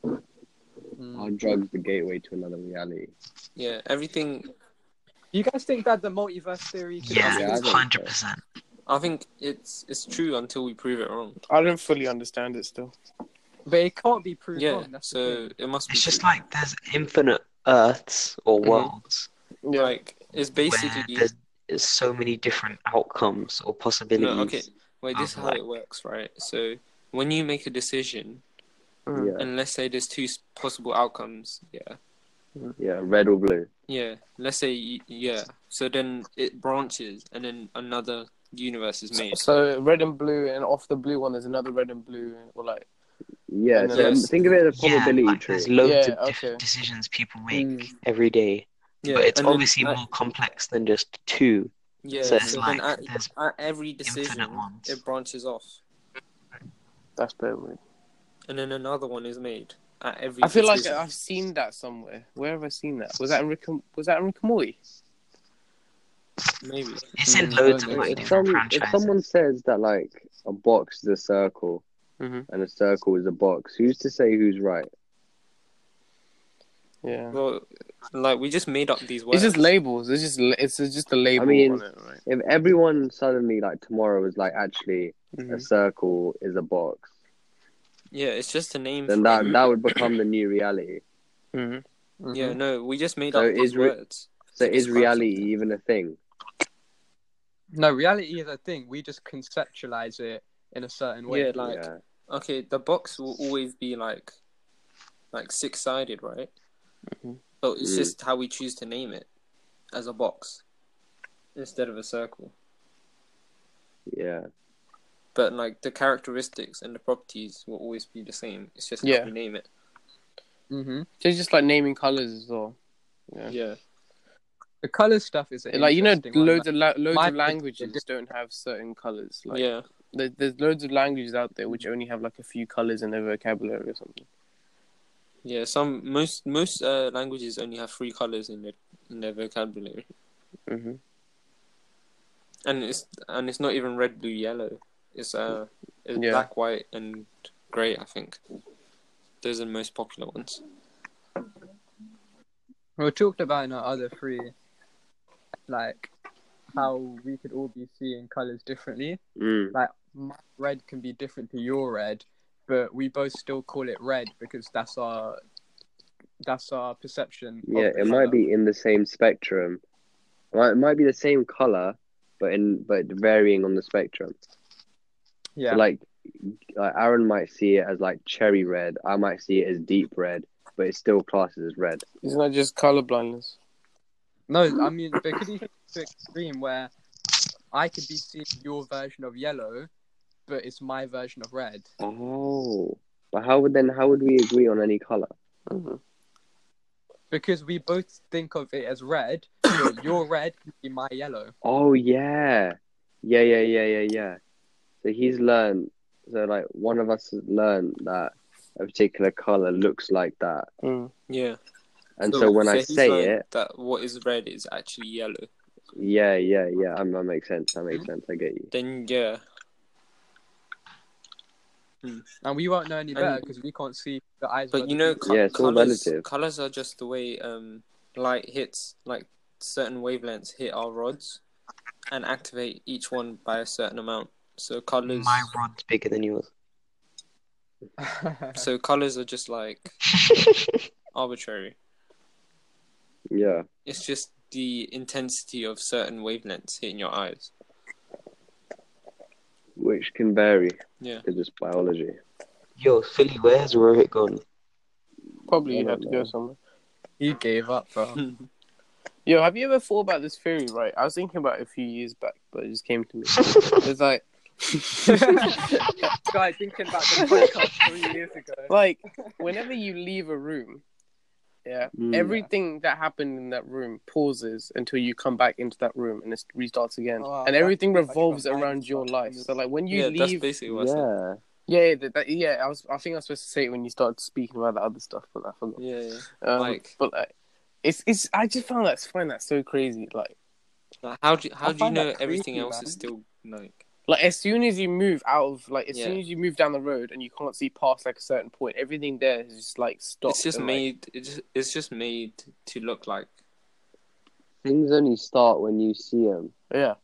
E: Mm.
B: Are drugs the gateway to another reality?
F: Yeah, everything.
E: You guys think that the multiverse theory? Could
B: Yeah, I
D: Yeah,
B: think so.
D: hundred percent.
F: I think it's it's true until we prove it wrong.
A: I don't fully understand it still.
E: But it can't be proved
F: Yeah,
E: wrong. That's
F: so it must be.
D: It's just
F: true.
D: like there's infinite Earths or
F: Mhm.
D: worlds
A: Yeah.
F: like it's
D: where
F: basically
D: there's, there's so many different outcomes or possibilities.
F: No, okay. Wait, this is
D: Oh,
F: how it works, right? So when you make a decision,
A: Mm.
B: Yeah,
F: and let's say there's two s- possible outcomes, yeah,
B: yeah, red or blue.
F: yeah. Let's say y- yeah. So then it branches, and then another universe is made.
A: So red and blue, and off the blue one, there's another red and blue, or like
B: Yeah,
A: And
B: so
F: then-
B: think of it as a
D: Yeah,
B: probability
D: like,
B: tree.
D: there's loads
A: Yeah,
D: of different
A: okay.
D: decisions people make
A: hmm,
E: Mm.
D: every day.
F: Yeah,
D: but it's
F: and then
D: obviously
F: at-
D: more complex than just two.
F: Yeah,
D: so
F: so,
D: it's
F: then
D: like
F: at,
D: there's
F: at every decision,
D: ones.
F: it branches off,
A: that's better. Way.
F: and then another one is made at every.
A: I feel like
F: decision.
A: I've seen that somewhere. Where have I seen that? Was that in Rick? and- Was that in Rick and Morty?
F: maybe.
D: it's in
E: Mm,
D: loads
E: I
D: of like
E: don't know.
B: if,
D: different
B: some, if
D: franchises.
B: someone says that like a box is a
A: Mhm.
B: circle
F: Mm-hmm.
B: and a circle is a box, who's to say who's right?
A: Yeah.
F: Well, like we just made up these
A: It's
F: words.
A: just labels. It's just la- it's just a label
B: mean-
A: on it, right?
B: If everyone suddenly like tomorrow was like actually
F: Mm-hmm.
B: a
A: Mhm.
B: circle is a box,
F: yeah, it's just a name.
B: then
F: for
B: that
F: it.
B: that would become the new reality.
A: Mhm.
F: Yeah, no, we just made
B: So
F: up these
B: is re-
F: words.
B: So
F: to
B: is
F: describe
B: reality
F: something.
B: even a thing?
E: No, reality is a thing. We just conceptualize it in a certain way.
F: Yeah, like
B: yeah.
F: okay, the box will always be like, like six sided, right?
A: Mhm.
F: But it's
B: Mm.
F: just how we choose to name it, as a box, instead of a circle.
B: yeah.
F: But like the characteristics and the properties will always be the same. It's just
A: Yeah.
F: how we name it.
E: hmm
A: So it's just like naming colors as well. Yeah.
F: Yeah,
E: The color stuff is an
A: Like you know,
E: interesting one,
A: loads of la- loads
E: my-
A: of languages don't have certain colors. Like
F: yeah,
A: there, there's loads of languages out there which only have like a few colors in their vocabulary or something.
F: yeah. Some most most uh, languages only have three colors in their in their vocabulary,
A: hmm
F: and it's and it's not even red, blue, yellow. It's uh, it's
A: Yeah.
F: black, white, and gray. I think those are the most popular ones.
E: we were talking about in our other three, like how we could all be seeing colors differently.
B: Mm.
E: My red can be different to your red, but we both still call it red because that's our that's our perception. of
B: Yeah,
E: the
B: it
E: colour.
B: might be in the same spectrum. Well, it might be the same color, but in but varying on the spectrum.
E: Yeah,
B: So, like, like Aaron might see it as like cherry red. I might see it as deep red, but it's still classes as red.
A: Isn't that just color blindness?
E: No, I mean, but could you take it to extreme where I could be seeing your version of yellow, but it's my version of red?
B: Oh, but how would then how would we agree on any color?
A: Mm-hmm.
E: Because we both think of it as red, your, your red, my yellow.
B: Oh yeah, yeah, yeah, yeah, yeah, yeah. So he's learned. So like one of us has learned that a particular color looks like that,
F: Yeah.
B: and so, when I
F: he's
B: say
F: learned
B: it,
F: that what is red is actually yellow,
B: yeah, yeah, yeah, um, that makes sense. That makes sense. I get you.
F: then yeah,
E: And we won't know any better
F: And-
E: because we can't see the eyes. of
F: But
E: other
F: you know,
E: people.
F: co-
B: Yeah, it's all
F: colors,
B: relative.
F: colors are just the way um, light hits, like certain wavelengths hit our rods and activate each one by a certain amount. So colors,
D: My rod's bigger than yours.
F: so colors are just like arbitrary.
B: Yeah,
F: It's just the intensity of certain wavelengths hitting your eyes.
B: which can vary.
F: Yeah.
B: because it's biology.
D: Yo, Philly, where's Rohit gone?
A: Probably you
B: I
A: have
B: don't
A: to
B: know.
A: go somewhere.
E: you gave up, bro.
A: Yo, have you ever thought about this theory? Right, I was thinking about it a few years back, but it just came to me. it's like,
E: Guy thinking about the podcast three years ago.
A: like whenever you leave a room, yeah,
B: Mm.
A: everything that happened in that room pauses until you come back into that room and it restarts again,
E: Oh,
A: and
E: that-
A: everything
E: that's
A: revolves
E: what mine
A: around
E: is
A: your life.
E: like.
A: So like when you
F: yeah, that's
A: leave,
F: basically what I said.
B: Yeah,
A: yeah, yeah, that, that- yeah, I was, I think I was supposed to say it when you started speaking about the other stuff, but I forgot.
F: Yeah, yeah.
A: Um,
F: Like-
A: but like, it's, it's, I just found that's find that so crazy. Like,
F: Like, how do you,
E: I
F: how do you
E: find
F: know
E: that
F: everything
E: creepy,
F: else
E: man.
F: is still like?
A: Like as soon as you move out of like as
F: Yeah.
A: soon as you move down the road and you can't see past like a certain point, everything there is just like stopped.
F: It's just
A: and, like-
F: made. It's it's just made to look like.
B: things only start when you see them.
A: yeah.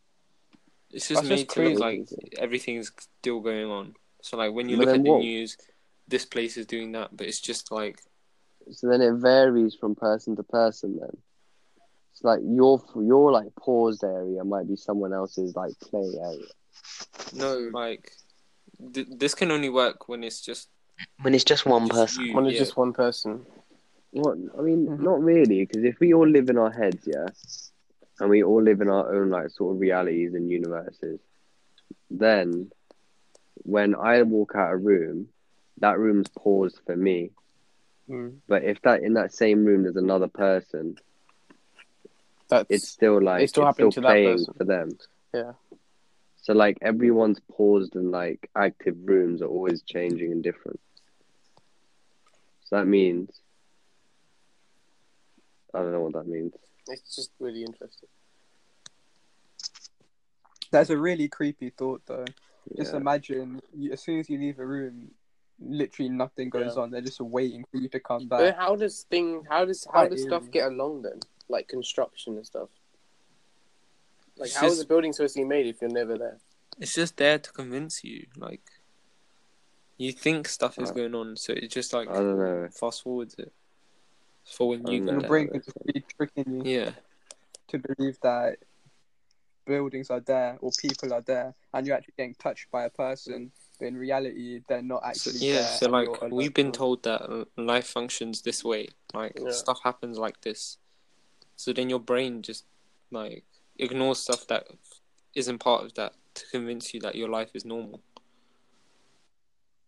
F: It's just
A: That's
F: made
A: just
F: to look like
B: crazy.
F: everything's still going on. So like when you
B: But
F: look
B: then
F: at the
B: what-
F: news, this place is doing that, but it's just like
B: So then it varies from person to person. Then it's like your your like paused area might be someone else's like play area.
F: no, like th- this can only work when it's just
D: When it's just one
F: just
D: person.
F: you,
A: When it's
F: yeah.
A: just one person.
B: What I mean, not really, because if we all live in our heads, yeah, and we all live in our own like sort of realities and universes, then when I walk out a room, that room's paused for me.
A: Mm.
B: But if that in that same room there's another person,
A: That's
B: it's still like
A: It's still
B: it's
A: happening
B: still
A: to that
B: playing
A: person.
B: for them.
A: Yeah.
B: So like everyone's paused and like active rooms are always changing and different. So that means I don't know what that means.
A: it's just really interesting.
E: That's a really creepy thought, though. Just
B: Yeah.
E: imagine, you, as soon as you leave a room, literally nothing goes
A: Yeah.
E: on. They're just waiting for you to come
A: But
E: back.
A: how does things how does how
E: Quite
A: does
E: eerie.
A: stuff get along then? Like construction and stuff. Like
F: It's
A: how is
F: just-
A: a building supposed to be made if you're never there?
F: it's just there to convince you. Like you think stuff is
B: Uh,
F: going on, so it just like
B: I don't know.
F: fast forwards it for when
B: I
F: you
B: don't
F: go
E: Your
B: know.
F: there.
E: brain could just be tricking you
F: Yeah,
E: to believe that buildings are there or people are there, and you're actually getting touched by a person. But in reality, they're not
F: so,
E: actually
F: yeah.
E: there.
F: So
E: and you're
F: like
E: alone.
F: we've been told that uh, life functions this way. Like
A: Yeah.
F: stuff happens like this. So then your brain just like ignores stuff that isn't part of that to convince you that your life is normal.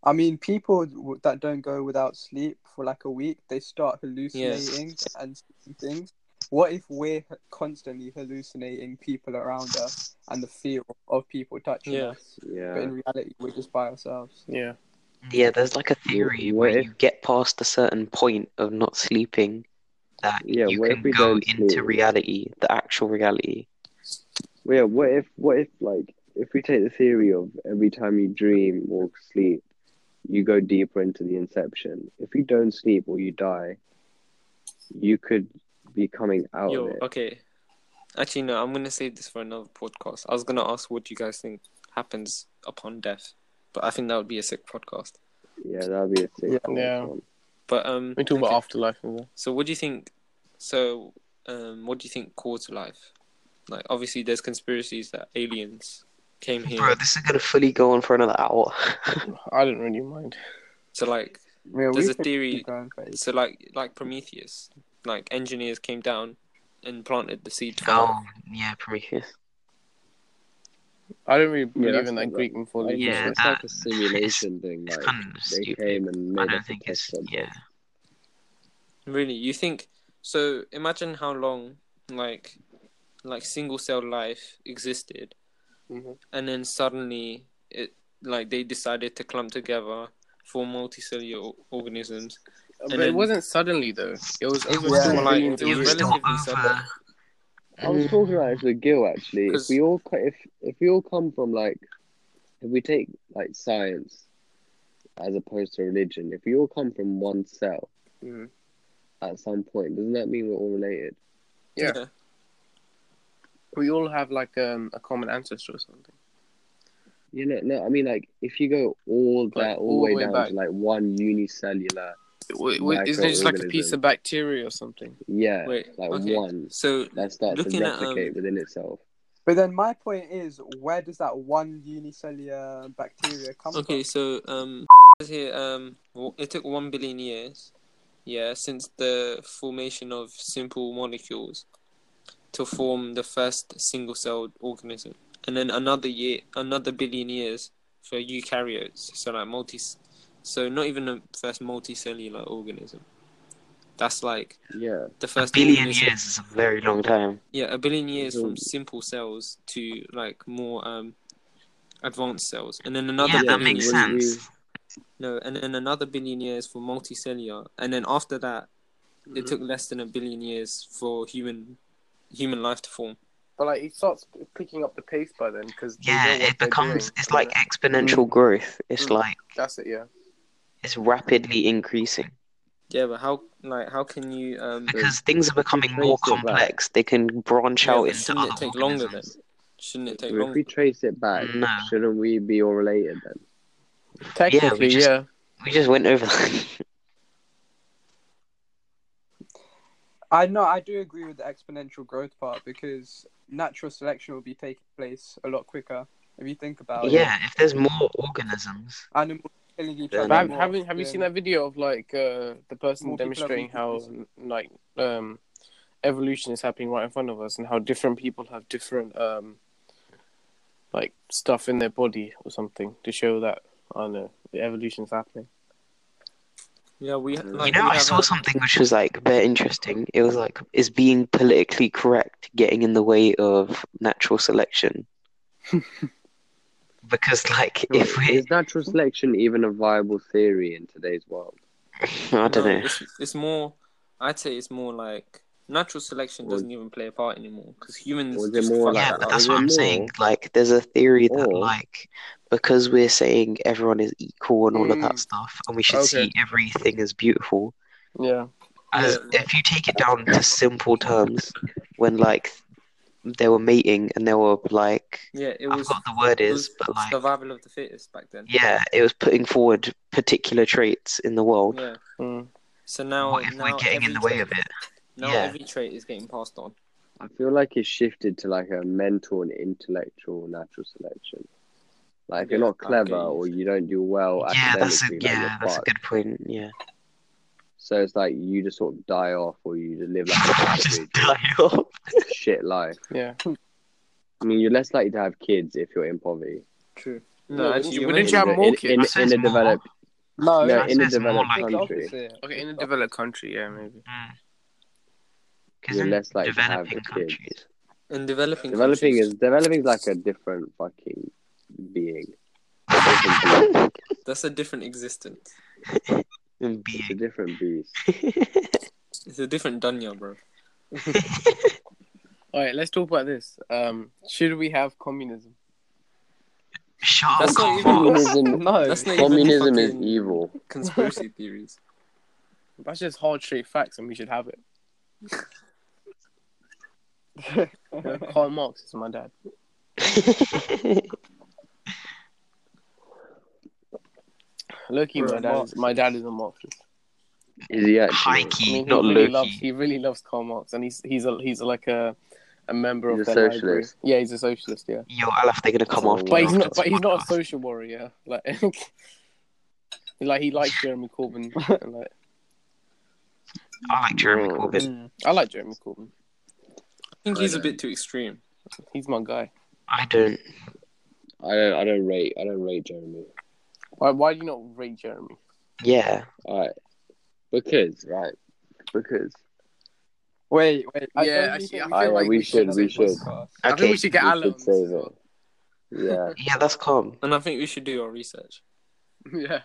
E: I mean, people w- that don't go without sleep for like a week, they start hallucinating and seeing things. What if we're h- constantly hallucinating people around us and the fear of people touching
F: Yeah.
E: us? But
B: Yeah.
E: in reality, we're just by ourselves.
A: Yeah.
D: Yeah, there's like a theory
B: what
D: where
B: if-
D: you get past a certain point of not sleeping that
B: Yeah,
D: you
B: what if
D: can
B: we
D: go
B: don't
D: into
B: sleep?
D: reality, the actual reality.
B: Well, yeah, what if what if like if we take the theory of every time you dream or sleep, you go deeper into the inception. If you don't sleep or you die, you could be coming out
F: Yo,
B: of it.
F: okay. Actually, no. I'm gonna save this for another podcast. I was gonna ask what you guys think happens upon death, but I think that would be a sick podcast.
B: Yeah, that'd be a sick
A: Yeah.
B: one.
F: But um,
A: We talk
F: okay.
A: about afterlife and that.
F: So what do you think? So um, what do you think caused life? Like obviously, there's conspiracies that aliens came
D: Bro,
F: here.
D: this is gonna fully go on for another hour.
A: I don't really mind.
F: So like,
E: Yeah,
F: there's
E: we
F: a
E: could
F: theory
E: keep going for ages.
F: So like like Prometheus, like engineers came down and planted the seed for life.
D: oh, yeah, Prometheus.
A: I don't really believe
B: that's
A: in that
B: not
A: Greek
B: Like,
A: mythology.
D: Yeah,
B: it's like
D: that-
B: a simulation thing.
D: It's
B: Like
D: kind of
B: they
D: stupid.
B: came and
D: I
B: made
D: don't
B: us a
D: think it's
B: test
D: yeah.
F: Really, you think so? Imagine how long like like single cell life existed,
D: Mm-hmm.
B: Mhm.
F: and then suddenly it like they decided to clump together for multicellular o- organisms.
A: But
F: And
A: it
F: then-
A: wasn't suddenly though. It was it was
E: Yeah.
A: still
E: Yeah.
A: like
F: It was
D: It was still
F: relatively
D: over.
F: sudden.
B: I was talking about it to Gil actually. If
F: 'Cause-
B: we all co- if if we all come from like if we take like science as opposed to religion, if we all come from one cell
A: Mhm.
B: at some point, doesn't that mean we're all related?
A: Yeah. we all have like um, a common ancestor or something.
B: You know, no, I mean like if you go all that all, the way, down
A: back.
B: to like one unicellular,
A: W- w- Isn't it just like a piece of bacteria or something?
B: yeah,
F: Wait,
B: like
F: okay.
B: one
F: So
B: that starts to
F: Looking at, um,
B: replicate within itself.
E: But then my point is, where does that one unicellular bacteria come
F: Okay, so um, says here um, w- it took one billion years, yeah, since the formation of simple molecules to form the first single-celled organism, and then another year, another billion years for eukaryotes, so like multi, so not even the first multicellular organism. That's like
B: Yeah,
F: the
D: A
F: first
D: billion
F: organism-
D: years is a very long time.
F: yeah, a billion years
B: So-
F: from simple cells to like more um advanced cells, and then
D: yeah,
F: another
D: that
F: billion
D: makes
F: years-
B: wouldn't
D: sense.
F: no, and then another billion years for multicellular, and then after that, it took less than a billion years for human human life to form.
A: But like it starts picking up the pace by then because
D: Yeah, it becomes it's like exponential growth. It's
A: Mm.
D: like
A: that's it. Yeah,
D: it's rapidly increasing
F: Yeah, but how like how can you um
D: because things are becoming
B: trace
D: more
B: it back-
D: complex. They can branch
F: yeah,
D: out
F: but
D: into
F: shouldn't
D: other
F: it take longer then?
D: organisms.
F: Shouldn't it take Mm.
B: if
F: longer?
B: we trace it back,
D: No.
B: shouldn't we be all related then?
A: technically,
D: just-
A: yeah.
D: We just went over. that.
E: I know I do agree with the exponential growth part because natural selection will be taking place a lot quicker if you think about it.
D: yeah, if there's more organisms,
E: Animals killing each
D: Yeah.
E: other.
A: But have,
E: more
A: have, you- have you
E: often.
A: seen that video of like uh, the person
E: More people are
A: demonstrating how
E: reproducing.
A: like um, evolution is happening right in front of us and how different people have different um, like stuff in their body or something to show that I don't know the evolution's happening.
F: Yeah, we
D: you
F: like
D: know,
F: we
D: I
F: have
D: saw
F: um,
D: something which was like very interesting. It was like, is being politically correct getting in the way of natural selection? because like,
B: Well,
D: if we,
B: Is natural selection even a viable theory in today's world?
D: I don't
F: no,
D: know.
F: It's, it's more. I'd say it's more like natural selection
B: Or-
F: doesn't even play a part anymore because humans.
B: Or is it
F: just
B: more
F: fuck
B: like
D: Yeah,
F: it
D: but
F: up.
B: that?
D: that's
B: Is
D: what
B: it
D: I'm
B: more?
D: saying. Like, there's a theory that,
B: Or-
D: like, because we're saying everyone is equal and all of that
A: Mm.
D: stuff, and we should
A: Okay.
D: see everything as beautiful,
A: Yeah,
D: as
F: Yeah.
D: if you take it down to simple terms, when, like, they were mating and they were, like,
F: Yeah, it
D: I
F: was,
D: forgot the word
F: it
D: is,
F: was
D: but, like,
F: survival of the fittest back then.
D: yeah, it was putting forward particular traits in the world.
F: Yeah.
A: Mm.
F: So now,
D: What if
F: now
D: we're getting
F: every
D: in the way
F: trait,
D: of it?
F: Now
D: Yeah.
F: every trait is getting passed on.
B: I feel like it's shifted to like a mental and intellectual natural selection. Like if you're
F: Yeah,
B: not
F: I
B: clever
F: get you.
B: or you don't do well
D: Yeah, that's a
B: academically, like
D: yeah,
B: you're
D: that's a
B: fucked.
D: good point. Yeah,
B: So it's like you just sort of die off, or you just live like an
D: just
B: average
D: die off.
B: shit life.
A: yeah.
B: I mean, you're less likely to have kids if you're in poverty.
F: True.
A: No,
F: No,
A: wouldn't
F: actually,
A: you-
F: you're
A: wouldn't
F: right.
A: you have
B: In-
A: more
B: in-
A: kids?
B: in-
D: I say it's
B: in a developed,
E: No,
B: no,
D: I
B: in
D: say
B: a
D: it's more
B: developed
D: like-
E: it's the
B: country,
E: opposite.
A: Okay, in a developed country, yeah, maybe.
D: Because
B: You're
D: in
B: less likely to have
D: developing
B: kids.
D: countries,
F: In developing
B: developing
F: countries,
B: is developing is like a different fucking being. A different being.
F: that's a different existence.
D: and
B: It's a
D: being.
B: different beast.
F: It's a different dunya, bro.
A: All right, let's talk about this. Um, should we have communism?
D: Shut up,
F: That's not even-
D: Carl.
B: Communism,
E: No,
F: That's not
B: communism
F: even
B: is e-
F: fucking
B: evil.
F: Conspiracy theories.
A: That's just hard straight facts, and we should have it. You know, Karl Marx is my dad. Loki,
F: Bro,
A: my dad,
F: Marx
A: is, my dad is a Marxist.
B: Is he actually?
D: High
A: I
D: key,
A: mean,
D: not
A: he
D: low
A: really
D: key.
A: loves he really loves Karl Marx, and he's he's a he's like a a member
B: He's
A: of
B: a
A: their library.
B: socialist.
A: Yeah, he's a socialist. Yeah,
D: Yo, Alaf, they're gonna come
B: Oh,
D: after
A: but
D: you
A: he's
D: after
A: not
D: this
A: but he's not a
D: podcast.
A: social warrior. Like like he likes Jeremy Corbyn. and, like,
D: I like Jeremy
B: Mm.
D: Corbyn.
E: Hmm.
A: I like Jeremy Corbyn.
F: I think
B: I
F: he's a
B: know.
F: bit too extreme.
A: He's my guy.
D: I don't.
B: I don't. I don't rate. I don't rate Jeremy.
A: Why why do you not rate Jeremy?
D: Yeah,
B: All right, because right, because
E: Wait, wait. I
A: Yeah,
E: don't
A: actually,
E: think
A: I
E: feel
A: think
E: like
A: we
B: should,
E: another
B: we should.
E: podcast.
A: I think
D: Okay.
A: we should get
B: We
A: Alan.
B: should save it. Yeah.
D: Yeah, that's calm.
F: And I think we should do our research.
A: Yeah,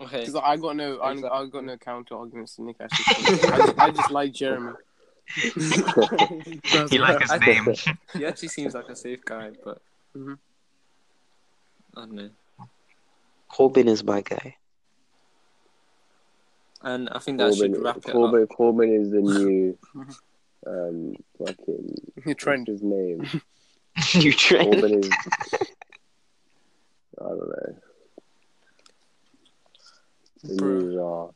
F: Okay.
A: because I got no, I,
E: Exactly.
A: I got no counter arguments to Nick. Actually, I, just, I just like Jeremy. That's
D: You like his
A: why-
D: name.
F: He actually seems like a safe guy, but
B: Mm-hmm.
A: Mhm.
F: I don't know.
D: Corbin is my guy.
F: And I think that should
B: Corbin,
F: wrap it up.
B: Corbin, Corbin is the new um fucking
A: You're
B: what's
A: Trent.
B: his name.
D: you train.
B: Corbin is I don't know. The
A: Bro.
B: new czar.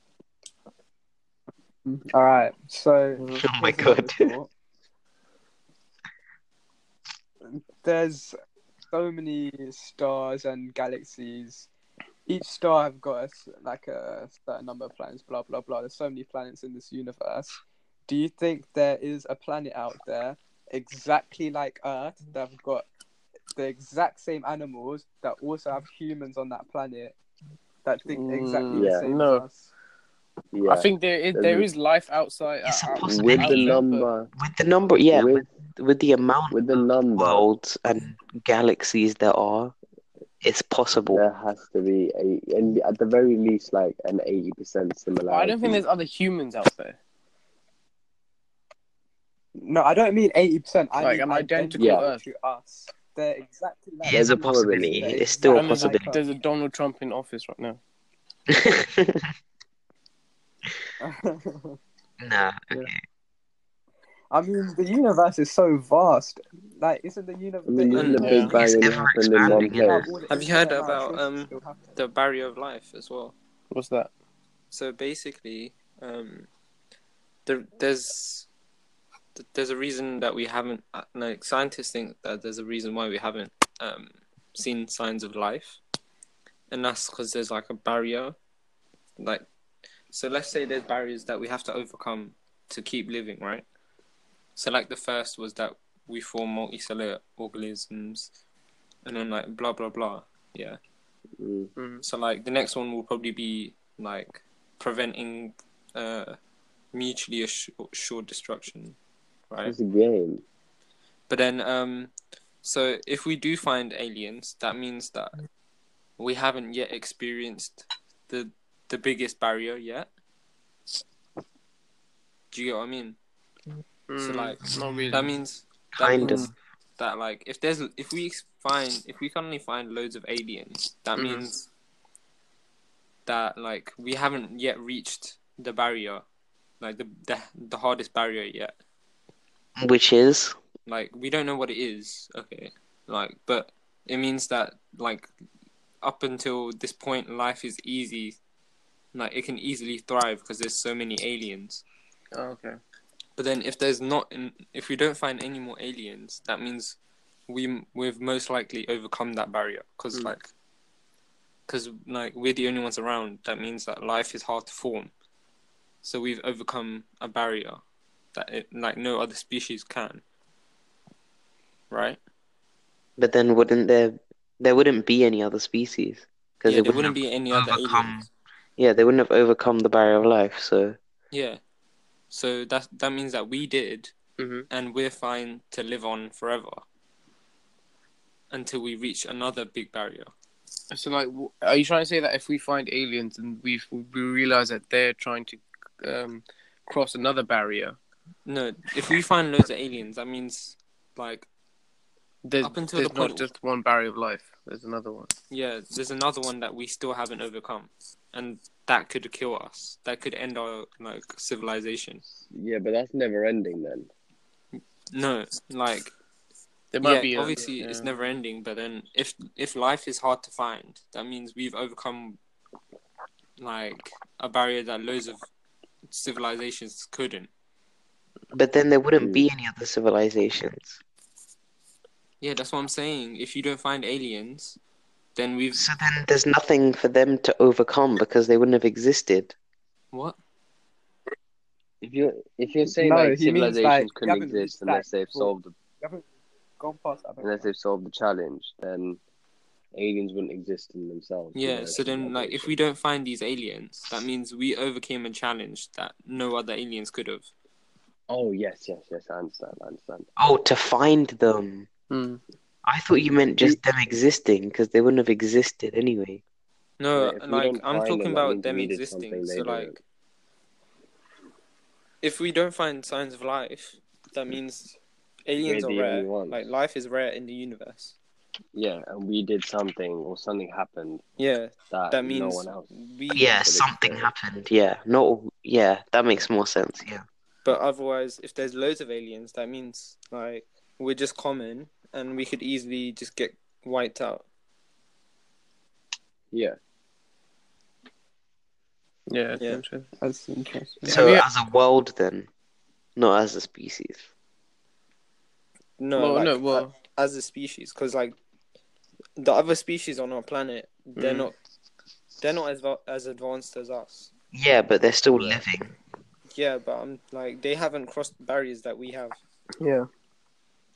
E: All right. So.
D: Oh my
E: here's another
D: God.
E: thought. There's so many stars and galaxies. Each star have got a s like a certain number of planets. Blah blah blah. There's so many planets in this universe. Do you think there is a planet out there exactly like Earth that've got the exact same animals that also have humans on that planet that think exactly
B: Mm, yeah.
E: the same
A: No.
E: as us?
B: Yeah.
A: I think there is there is life outside.
D: It's
A: out-
D: possible.
B: with
A: out
B: the
A: there, but-
B: number
D: With the number, yeah, with,
B: with,
D: with the amount
B: with the
D: of
B: number
D: worlds and galaxies there are, it's possible.
B: there has to be a and at the very least like an eighty percent
A: but
B: similarity.
A: I don't think there's other humans out there.
E: No, I don't mean eighty percent. I
A: Like,
E: mean
A: an identical
E: identical,
A: Earth.
E: to us. They're exactly like
D: There's a
E: us.
D: possibility.
E: They're
D: It's still a
A: I mean,
E: exactly
A: like,
D: possibility.
A: there's a Donald Trump in office right now.
E: like us.
D: nah.
E: I mean, the universe is so vast. Like, isn't the universe?
B: I mean, isn't the
F: Yeah.
B: Big Bang
D: It's
B: only
D: ever
B: happened in one
D: expanding, isn't
B: place?
F: Have you heard about, um, The barrier of life as well.
A: What's that?
F: So basically, um, there, there's there's a reason that we haven't uh, like scientists think that there's a reason why we haven't um, seen signs of life, and that's because there's like a barrier, like so let's say there's barriers that we have to overcome to keep living, right? So like the first was that we form multicellular organisms, and then like blah blah blah, yeah.
B: Mm.
F: So like the next one will probably be like preventing uh, mutually assu- assured destruction, right?
B: It's a game.
F: But then, um, so if we do find aliens, that means that we haven't yet experienced the the biggest barrier yet. Do you get what I mean?
A: Mm.
F: So, like,
A: not really.
F: That means that
D: Kind
F: means that like if there's if we find if we can only find loads of aliens, that
A: Mhm.
F: means that like we haven't yet reached the barrier, like the the, the hardest barrier yet.
D: Which is
F: like we don't know what it is okay like but it means that like up until this point life is easy like it can easily thrive because there's so many aliens
A: Oh, okay.
F: but then if there's not an- if we don't find any more aliens that means we we've most likely overcome that barrier because
A: Mm.
F: like because like we're the only ones around that means that life is hard to form so we've overcome a barrier that it, like no other species can right
D: But then wouldn't there there wouldn't be any other species because
F: yeah,
D: it
F: there wouldn't
D: wouldn't
F: be any
D: have
F: other
D: overcome-
F: aliens.
D: yeah they wouldn't have overcome the barrier of life so
F: Yeah, so that that means that we did,
A: Mhm.
F: and we're fine to live on forever until we reach another big barrier.
A: So, like, w- are you trying to say that if we find aliens and we we realize that they're trying to um, cross another barrier,
F: No, if we find loads of aliens, that means like
A: there's,
F: Up until
A: there's
F: the
A: not
F: point-
A: just one barrier of life. There's another one.
F: yeah, there's another one that we still haven't overcome, and that could kill us. That could end our like civilization.
B: Yeah, but that's never ending then.
F: No, like
A: There might
F: yeah,
A: be a-
F: obviously it's
A: yeah.
F: never ending. But then if if life is hard to find, that means we've overcome like a barrier that loads of civilizations couldn't.
D: but then there wouldn't
B: Mm.
D: be any other civilizations
F: Yeah, that's what I'm saying. If you don't find aliens, then we've
D: so then there's nothing for them to overcome because they wouldn't have existed
F: what?
B: If you're if you're saying
E: No,
B: like
E: he means,
B: civilizations
E: like, you
B: couldn't
E: haven't
B: exist
E: reached
B: unless
E: that
B: they've
E: level.
B: solved the,
E: Gone past that.
B: unless they've solved the challenge, then aliens wouldn't exist in themselves.
F: Yeah,
B: No,
F: so then like if we don't find these aliens, that means we overcame a challenge that no other aliens could have.
B: Oh yes, yes, yes. I understand. I understand.
D: Oh, to find them. I thought you meant just them existing because they wouldn't have existed anyway.
F: No,
B: Yeah, if we
F: like
B: don't
F: I'm
B: find
F: talking
B: them, that
F: about
B: means
F: them
B: we did something
F: existing.
B: they
F: So
B: don't.
F: like, if we don't find signs of life, that means aliens
B: We're
F: are
B: the only
F: rare.
B: ones.
F: Like life is rare in the universe.
B: Yeah, and we did something, or something happened
F: Yeah,
B: that,
F: that means
B: Uh, no one else.
F: we.
D: Yeah,
B: it's
D: something
B: fair.
D: happened. Yeah, not. all- Yeah, that makes more sense. Yeah.
F: But otherwise, if there's loads of aliens, that means like we're just common and we could easily just get wiped out.
B: Yeah,
A: Yeah,
F: Yeah.
A: true.
E: That's interesting.
A: Yeah,
D: So
A: yeah.
D: as a world, then, not as a species.
F: No,
A: well,
F: like,
A: no, well,
F: a- as a species, because like the other species on our planet, they're
A: Mm.
F: not they're not as va- as advanced as us.
D: Yeah, but they're still
F: Yeah.
D: living.
F: Yeah, but I'm like they haven't crossed barriers that we have.
A: yeah.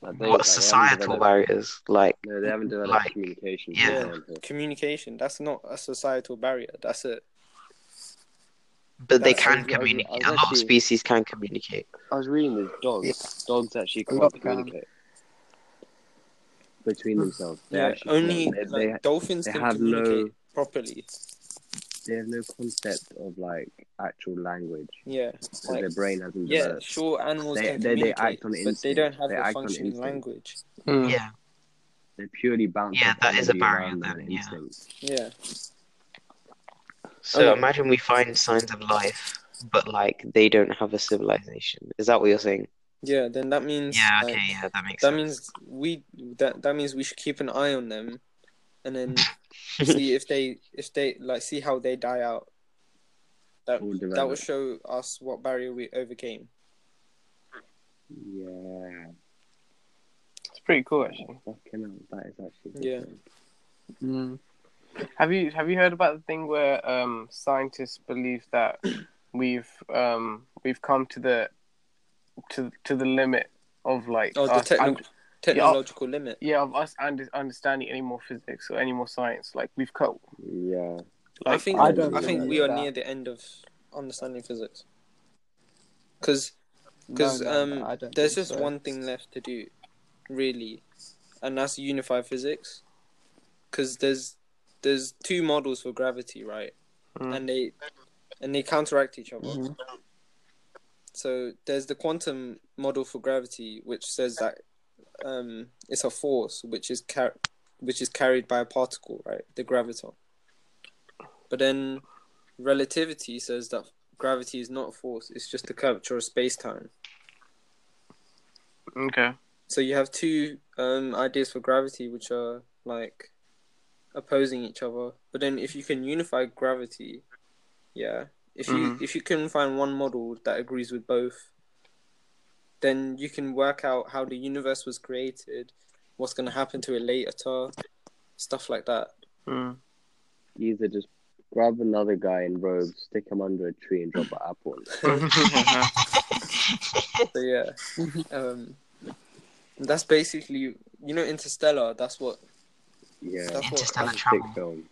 B: I think, like,
D: What
B: they haven't
D: societal
B: developed-
D: barriers? Like,
B: No, they haven't developed
D: Like,
B: communication.
D: yeah.
B: going on here.
F: Communication that's not a societal barrier. That's a
D: but they
F: That's-
D: can
B: I was- I was
D: communicate. A lot of
B: actually-
D: species can communicate.
B: I was reading this. Dogs, dogs actually
A: A
B: can't
A: lot can.
B: communicate between themselves. They
F: yeah,
B: actually
F: only
B: can't.
F: like,
B: They, they,
F: dolphins
B: they
F: can
B: have no-
F: communicate properly.
B: they have no concept of like actual language.
F: Yeah,
B: 'cause
F: like,
B: their brain hasn't
F: yeah,
B: developed.
F: sure, animals
B: They-
F: can
B: they- they
F: communicate,
B: act on
F: but they
B: instinct.
F: don't have
B: They
F: a
B: act on
F: functioning
B: instinct.
F: language.
A: Mm.
D: Yeah.
B: They purely bounce.
D: Yeah,
B: off
D: that is a
B: energy
D: barrier
B: around
D: then,
B: their
D: yeah.
B: instincts.
F: Yeah,
D: So
F: Okay.
D: imagine we find signs of life, but like they don't have a civilization. Is that what you're saying?
F: yeah. Then that means
D: Yeah.
F: like,
D: Okay. Yeah, that makes
F: Uh, that
D: sense.
F: means we that that means we should keep an eye on them, and then see if they if they like see how they die out.
B: Or
F: That that will
B: develop.
F: show us what barrier we overcame.
B: Yeah,
A: It's pretty cool, actually.
B: fucking hell, that is actually.
F: Yeah. Mm.
A: Have you have you heard about the thing where um, scientists believe that we've um, we've come to the to to the limit of like
F: Oh,
E: Uh,
F: the
A: us
F: techno-
A: un-
F: technological limit.
A: yeah of us under- understanding any more physics or any more science. Like we've cut.
B: Yeah.
A: Like,
F: I think
E: I
F: I,
E: don't
F: think
E: know
F: we are
E: that.
F: near the end of understanding physics. Because
E: No,
F: because
E: no,
F: um
E: no, I don't
F: there's
E: think
F: just
E: so.
F: one thing left to do, really, and that's unify physics. Because there's there's two models for gravity, right?
A: Mm.
F: And they and they counteract each other.
E: Mhm.
F: So there's the quantum model for gravity, which says that um, it's a force which is car- which is carried by a particle, right? The graviton. But then relativity says that gravity is not a force; it's just the curvature of space-time.
A: Okay.
F: So you have two um, ideas for gravity, which are like opposing each other. But then, if you can unify gravity, yeah, if you
A: Mhm.
F: if you can find one model that agrees with both, then you can work out how the universe was created, what's going to happen to it later, stuff like that.
A: Mm.
B: Either just grab another guy in robes, stick him under a tree, and drop an apple. on him.
F: So yeah, um, that's basically you know Interstellar. That's what
B: Yeah.
F: That's what-
D: Interstellar
B: That's a sick
D: travel.
B: film.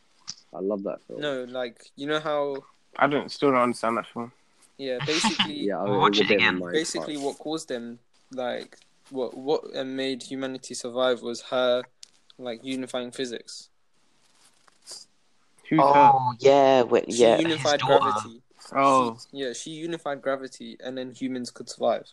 B: I love that film.
F: no like you know how
A: I don't still don't understand that film.
F: yeah basically
B: Yeah, I
D: We'll
B: it
D: watch
B: was a
D: it
B: bit of a
D: again.
B: mind
F: basically
B: fuck.
F: what caused them like what what uh, made humanity survive was her like unifying physics
A: Who's her?
D: Oh yeah, wait,
F: she
D: yeah. His
F: unified
D: daughter.
F: gravity
A: Oh,
F: She- yeah she unified gravity and then humans could survive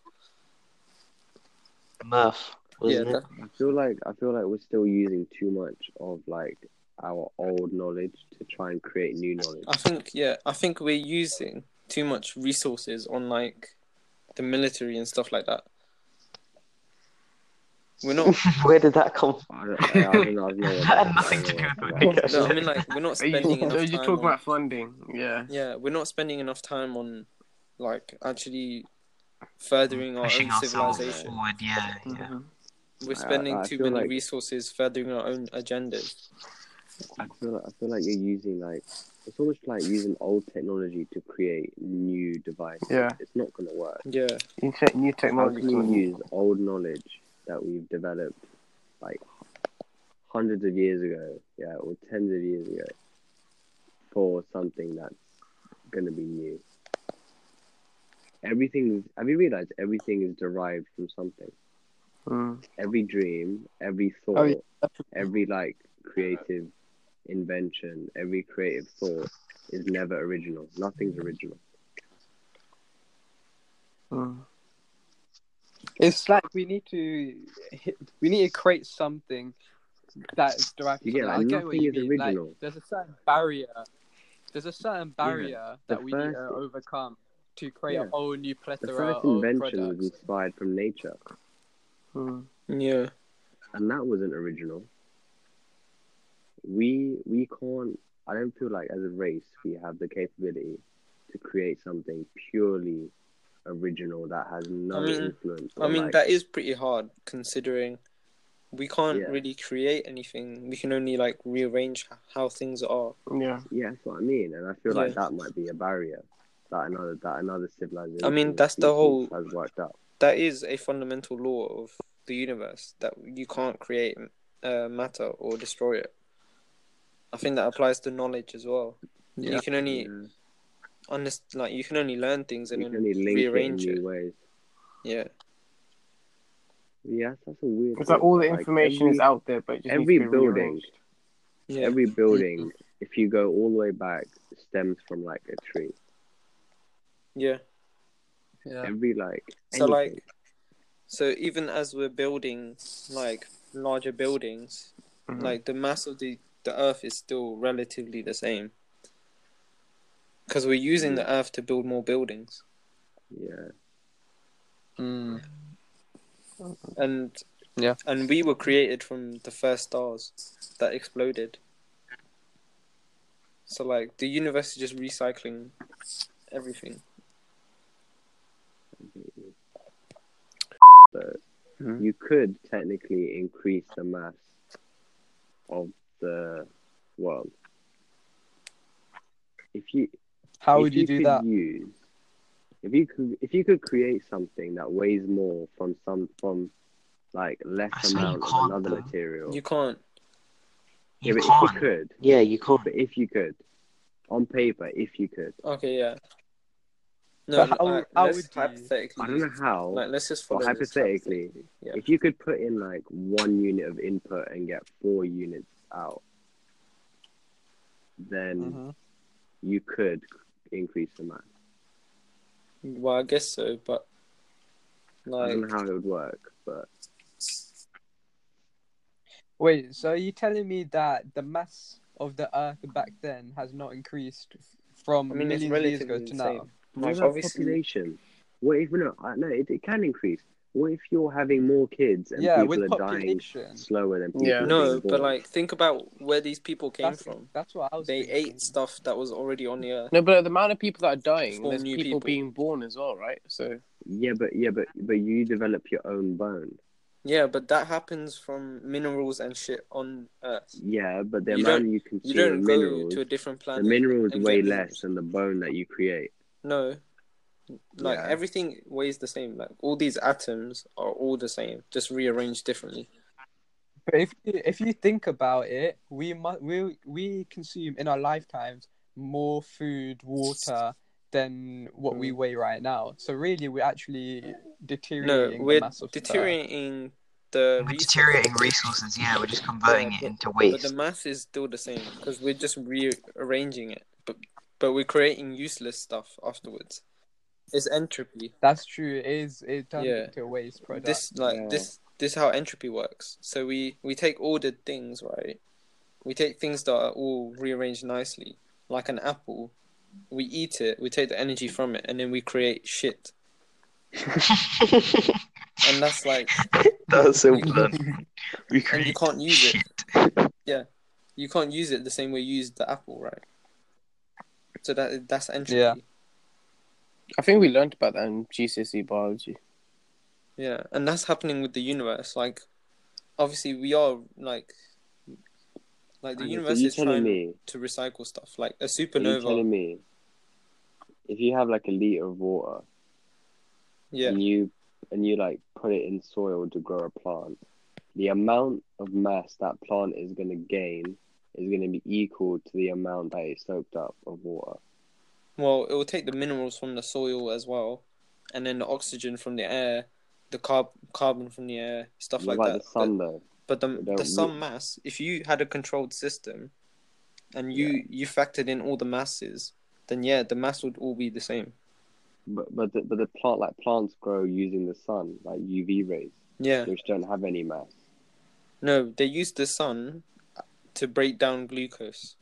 D: Murph, wasn't
F: yeah
D: it?
F: that,
B: I feel like I feel like we're still using too much of like our old knowledge to try and create new knowledge.
F: i think yeah i think we're using too much resources on like the military and stuff like that we're not
D: Where did that come from?
B: I, don't- I, I don't know. I don't know
D: That
B: what
D: had
B: that-
D: nothing
B: I
D: to
B: don't
D: do
B: know
D: with
B: what that-
D: the thing.
F: no i
D: actually.
F: mean like we're not
A: are you,
F: spending enough
A: are you
F: time
A: talking
F: on-
A: about funding? Yeah.
F: Yeah, we're not spending enough time on, like, actually furthering
A: Mm,
F: our
D: Pushing
F: own
D: ourselves
F: civilization. Mm-hmm.
D: forward. Yeah, yeah.
A: Mhm.
F: We're
B: I- I-
F: spending
B: I
F: too
B: feel
F: many
B: like-
F: resources furthering our own agendas.
B: I feel like I feel like you're using like it's almost like using old technology to create new devices.
A: Yeah.
B: It's not gonna work.
F: Yeah,
A: New, te- new
B: How
A: technology.
B: can you use old knowledge that we've developed like hundreds of years ago, yeah, or tens of years ago for something that's gonna be new? everything. Have you realized everything is derived from something?
A: Mm.
B: Every dream, every thought,
E: Oh, yeah.
B: every like creative invention, every creative thought is never original. Nothing's original.
A: Mm.
E: It's like we need to we need to create something that is derived. From
B: Yeah, like,
E: something. I get what
B: nothing
E: you
B: is
E: mean. Like,
B: original.
E: there's a certain barrier. There's a certain barrier
B: the
E: that we need to
B: first-
E: overcome to create
B: Yeah.
E: a whole new
B: The
E: plethora
B: first
E: of
B: invention was
E: products.
B: inspired from nature,
A: Mm.
F: Yeah.
B: and that wasn't original. We we can't. I don't feel like as a race we have the capability to create something purely original that has no
F: I mean-
B: influence.
F: I
B: on,
F: mean,
B: like,
F: that is pretty hard considering we can't
B: Yeah.
F: really create anything. We can only like rearrange h- how things are.
A: Yeah.
B: Yeah, that's what I mean, and I feel like
F: Yeah.
B: that might be a barrier that another that another civilization.
F: I mean, that's the
B: species
F: whole-
B: has worked out.
F: That is a fundamental law of the universe that you can't create uh, matter or destroy it. I think that applies to knowledge as well. You can only
B: Yeah.
F: understand, like you can only learn things and
B: You can
F: then
B: only link it in
F: rearrange
B: new
F: it.
B: ways.
F: Yeah.
B: Yeah, that's, that's a weird.
A: It's like
B: thing,
A: all the
B: but, like,
A: information
B: every-
A: is out there, but it just
B: every
A: needs to be
B: building-
A: rearranged.
F: Yeah.
B: Every building, if you go all the way back, stems from like a tree.
F: yeah.
E: Yeah.
B: Every like
F: So
B: anything.
F: like, so even as we're building like larger buildings,
E: Mm-hmm.
A: Mhm.
F: like the mass of the the earth is still relatively the same because we're using the earth to build more buildings
B: yeah,
E: Mm.
F: and
E: Yeah.
F: and we were created from the first stars that exploded so like the universe is just recycling everything
B: so
E: Hmm?
A: Mhm.
B: you could technically increase the mass of the world if you
E: How
B: if
E: would you do
B: could
E: that?
B: Use, if you could, if you could create something that weighs more from some from like less
D: I swear you
B: amount of
D: can't,
B: another
D: though.
B: material.
F: you can't
B: yeah,
D: You
B: but if
D: can't.
B: you could,
D: Yeah, you can't.
B: but if you could, on paper, if you could,
F: okay yeah no
E: But how-
F: like,
E: how
F: let's
E: would you-
F: hypothetically
B: I don't know how.
F: like let's just follow
B: Well,
F: this
B: hypothetically,
F: hypothetically. yeah
B: if you could put in like one unit of input and get four units out, then
E: Mhm.
F: Mm-hmm.
B: you could increase the mass.
F: well i guess so but
B: I
F: like
B: don't know how it would work, but
E: Wait, so are you telling me that the mass of the Earth back then has not increased f- from
F: I mean, it's
E: millions of years ago to
F: relatively the
E: now?
F: same.
B: what
F: Like,
B: about
F: obviously-
B: population? What if no? I- No, it, it can increase. What if you're having more kids and
E: Yeah,
B: people
E: with
B: are dying
E: population.
B: slower than people?
A: Yeah.
B: are
F: No,
B: being
F: but
B: born?
F: like, think about where these people came
E: That's,
F: from.
E: that's what I was
F: They
E: thinking.
F: ate stuff that was already on the earth.
A: No, but the amount of people that are dying,
F: Form
A: there's
F: new
A: people,
F: people.
A: being born as well, right? So
B: yeah, but yeah, but but you develop your own bone.
F: Yeah, but that happens from minerals and shit on earth.
B: Yeah, but the
F: You
B: amount
F: don't-
B: you consume
F: You don't
B: of
F: go
B: minerals,
F: to a different
B: the
F: planet.
B: minerals
F: and
B: weigh
F: get
B: less than the bone that you create.
F: No, like
B: Yeah.
F: everything weighs the same. Like all these atoms are all the same, just rearranged differently.
E: But if you, if you think about it, we must we we consume in our lifetimes more food, water than what we weigh right now. So really, we're actually
F: No,
E: deteriorating the
F: we're
E: mass of the Earth.
F: deteriorating the
D: We're
F: resource,
D: deteriorating resources, yeah, we're just converting
F: Yeah,
D: it into
F: but
D: waste.
F: the mass is still the same because we're just rearranging it. But but we're creating useless stuff afterwards. It's entropy.
E: That's true. It is it turns
F: Yeah.
E: into a waste product?
F: this like
B: Yeah.
F: this this is how entropy works so we we take ordered things right we take things that are all rearranged nicely like an apple we eat it we take the energy from it and then we create shit and that's like
D: that was so
F: You-
D: blunt. We
F: and you
D: create
F: can't use it
D: shit.
F: you can't use it the same way you use the apple right so that that's entropy
E: Yeah.
A: I think we learned about that in GCSE E biology.
F: Yeah, and that's happening with the universe. Like, obviously, we are like, like the
B: Okay, so
F: universe
B: you
F: is
B: telling
F: trying
B: me-
F: to recycle stuff. Like a
B: Are you
F: supernova.
B: telling me if you have like a liter of water
F: Yeah,
B: and you and you like put it in soil to grow a plant, the amount of mass that plant is going to gain is going to be equal to the amount that it soaked up of water.
F: Well, it will take the minerals from the soil as well, and then the oxygen from the air, the carb- carbon from the air, stuff
B: Like,
F: like, that.
B: the sun though.
F: But, but the
B: They
F: the
B: don't
F: sun
B: mix.
F: mass, if you had a controlled system, and you you factored in all the masses, then yeah, the mass would all be the same.
B: But but the, but the plant like plants grow using the sun, like UV rays,
F: Yeah.
B: which don't have any mass.
F: No, they use the sun to break down glucose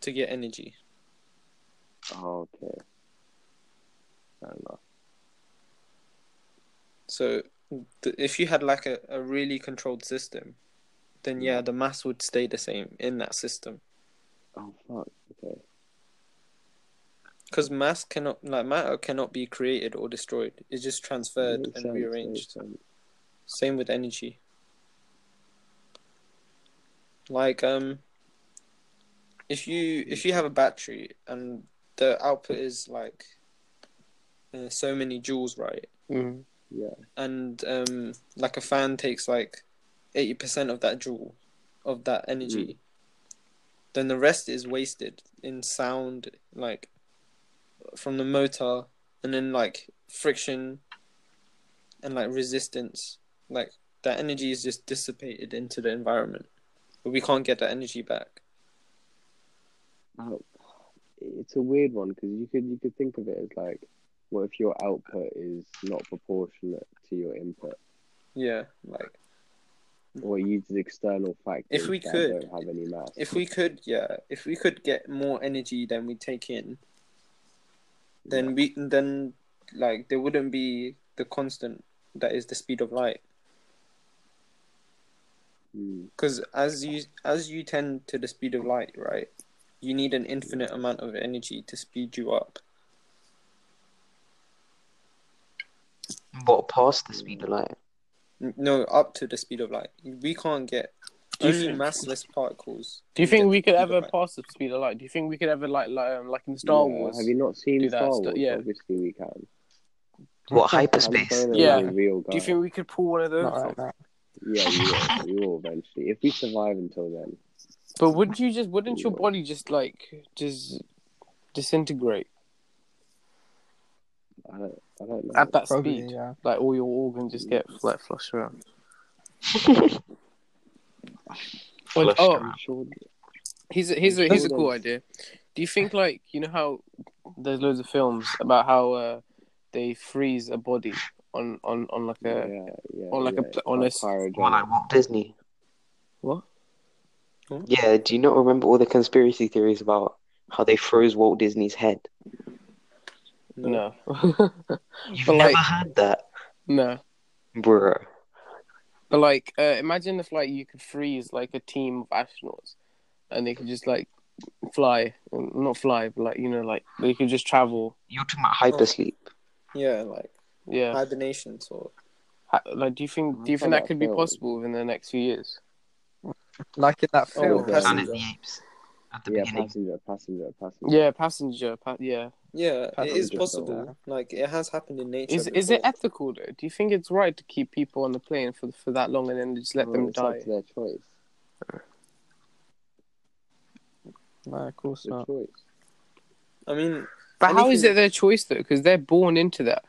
F: to get energy.
B: Oh, okay. Fair enough.
F: So th- if you had like a, a really controlled system, then
B: Mm.
F: yeah, the mass would stay the same in that system.
B: Oh fuck. Okay.
F: Because mass cannot, like matter, cannot be created or destroyed. It's just transferred
B: Makes
F: and
B: sense,
F: rearranged.
B: makes sense.
F: Same with energy. Like um, if you if you have a battery and the output is like uh, so many joules, right?
A: Mm.
F: and um, like a fan takes like eighty percent of that joule of that energy, then the rest is wasted in sound, like from the motor, and then like friction and like resistance. Like that energy is just dissipated into the environment, but we can't get that energy back.
B: Out- It's a weird one because you could you could think of it as like, what if your output is not proportionate to your input,
F: Yeah, like
B: or it uses external factors
F: we
B: that
F: could-
B: don't have any mass?
F: if we could, yeah, if we could get more energy than we take in, then we then like there wouldn't be the constant that is the speed of light
B: Mm,
F: because as you as you tend to the speed of light right you need an infinite amount of energy to speed you up
D: What past the speed of light?
F: N- no up to the speed of light we can't get
A: Do you
F: only
A: think-
F: massless particles
A: Do you
F: can get
A: think we
F: the
A: could
F: speed of
A: ever
F: light.
A: pass the speed of light? Do you think we could ever like like, um, like in Star
B: yeah,
A: Wars?
B: Have you not seen
A: do that
B: Star
A: stu-
B: Wars?
A: yeah.
B: Obviously we can.
D: What
B: Han
D: hyperspace?
B: Solo
A: Yeah.
B: is a real guy.
A: Do you think we could pull one of those?
E: Not
A: off?
E: right now.
B: Yeah, we will. We will eventually. If we survive until then.
A: But wouldn't you just wouldn't your
B: Yeah.
A: body just like just disintegrate
B: I don't, I don't know.
A: at that
E: Probably,
A: speed?
E: yeah.
A: Like all your organs just get like flushed around. Or-
D: Flushed
A: oh,
D: around.
B: I'm sure
A: here's a, here's a, here's a cool idea. Do you think like you know how there's loads of films about how uh, they freeze a body on on on like
B: yeah,
A: a
B: yeah,
A: or like a
B: yeah.
A: pl- on a s-
B: pyrogen.
D: Or like Walt Disney.
A: What?
F: Hmm?
D: Yeah, do you not remember all the conspiracy theories about how they froze Walt Disney's head?
A: no
D: You've
A: But,
D: never
A: like-
D: heard that,
A: no.
D: bro.
A: But like, uh, imagine if like you could freeze like a team of astronauts, and they could just like fly, not fly, but like you know, like they could just travel.
D: You're talking about hypersleep.
F: yeah like
A: Yeah.
F: hibernation sort
A: Ha- Like, do you think do you
B: I
A: think
B: find
A: that
B: that
A: could be
B: film-
A: possible within the next few years?
E: Like in that
B: Oh,
E: film.
B: okay.
D: Planet of
F: passenger
D: the Apes. At the
B: Yeah,
D: beginning.
B: passenger, passenger, passenger.
A: Yeah, passenger. Pa- yeah.
F: yeah it is
E: Passenger,
F: possible like it has happened in nature
A: Is is it
F: before.
A: ethical though? Do you think it's right to keep people on the plane for for that long and then just let
B: Well,
A: them
B: it's up
A: die?
B: to their choice.
E: No, of course
B: The
E: not.
B: choice.
F: i mean
A: But how is
F: anything-
A: it their choice though? Because they're born into that,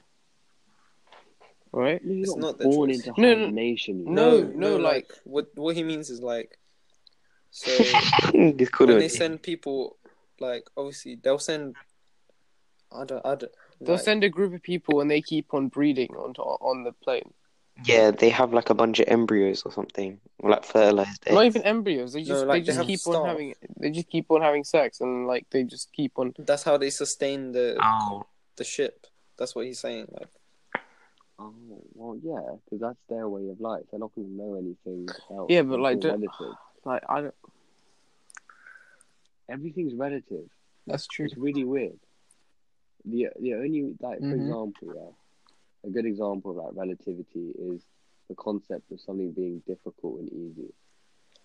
A: right?
B: You're
F: It's not their
B: born
F: choice.
B: into
A: No, no,
B: hibernation. you
A: No,
F: No,
B: know.
A: no,
F: no,
A: like-
F: like, what what he means is like, so
D: It's called
F: when
D: a-
F: they send people, like obviously they'll send, I don't, I don't,
A: They'll
F: like,
A: send a group of people and they keep on breeding onto on the plane.
D: Yeah, they have like a bunch of embryos or something, or like fertilized eggs.
A: Not even embryos. They
F: No,
A: just
F: like,
A: they
F: they
A: just
F: have
A: keep on
F: staff.
A: having they just keep on having sex and like they just keep on.
F: that's how they sustain the
D: Oh,
F: the ship. That's what he's saying. Like,
B: Oh, well, yeah, because that's their way of life. They're not going to know anything else.
A: Yeah, but,
B: It's
A: like,
B: all
A: don't-
B: relative.
A: Like I don't.
B: Everything's relative.
E: That's true.
B: It's really weird. The the only like for
A: Mm-hmm.
E: Mhm.
B: example, yeah, a good example of like relativity is the concept of something being difficult and easy.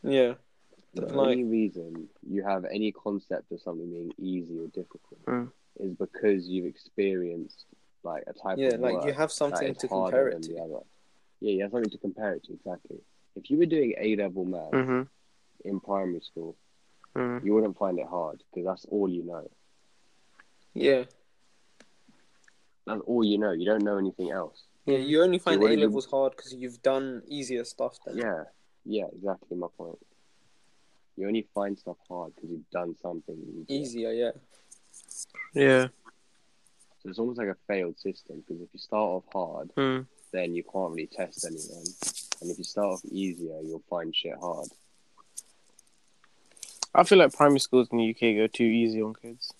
F: yeah,
B: The
F: Like-
B: only reason you have any concept of something being easy or difficult
A: Mm.
B: is because you've experienced like a type
F: yeah,
B: of
F: like you
B: work
F: have
B: that
F: something
B: is
F: to
B: harder
F: compare it
B: than
F: to.
B: the other. Yeah, you have something to compare it to exactly. If you were doing A level math
F: Mm.
A: Mhm.
B: in primary school,
A: Mhm.
B: you wouldn't find it hard because that's all you know.
F: Yeah,
B: That's all you know. You don't know anything else.
F: Yeah, you only find
B: what
F: A
B: did you-
F: levels hard because you've done easier stuff. Than...
B: Yeah, yeah, exactly my point. You only find stuff hard because you've done something easier.
F: Easier, yeah.
A: Yeah.
B: So it's almost like a failed system because if you start off hard,
A: Mm.
B: then you can't really test anyone. And if you start off easier, you'll find shit hard.
A: I feel like primary schools in the UK go too easy on kids.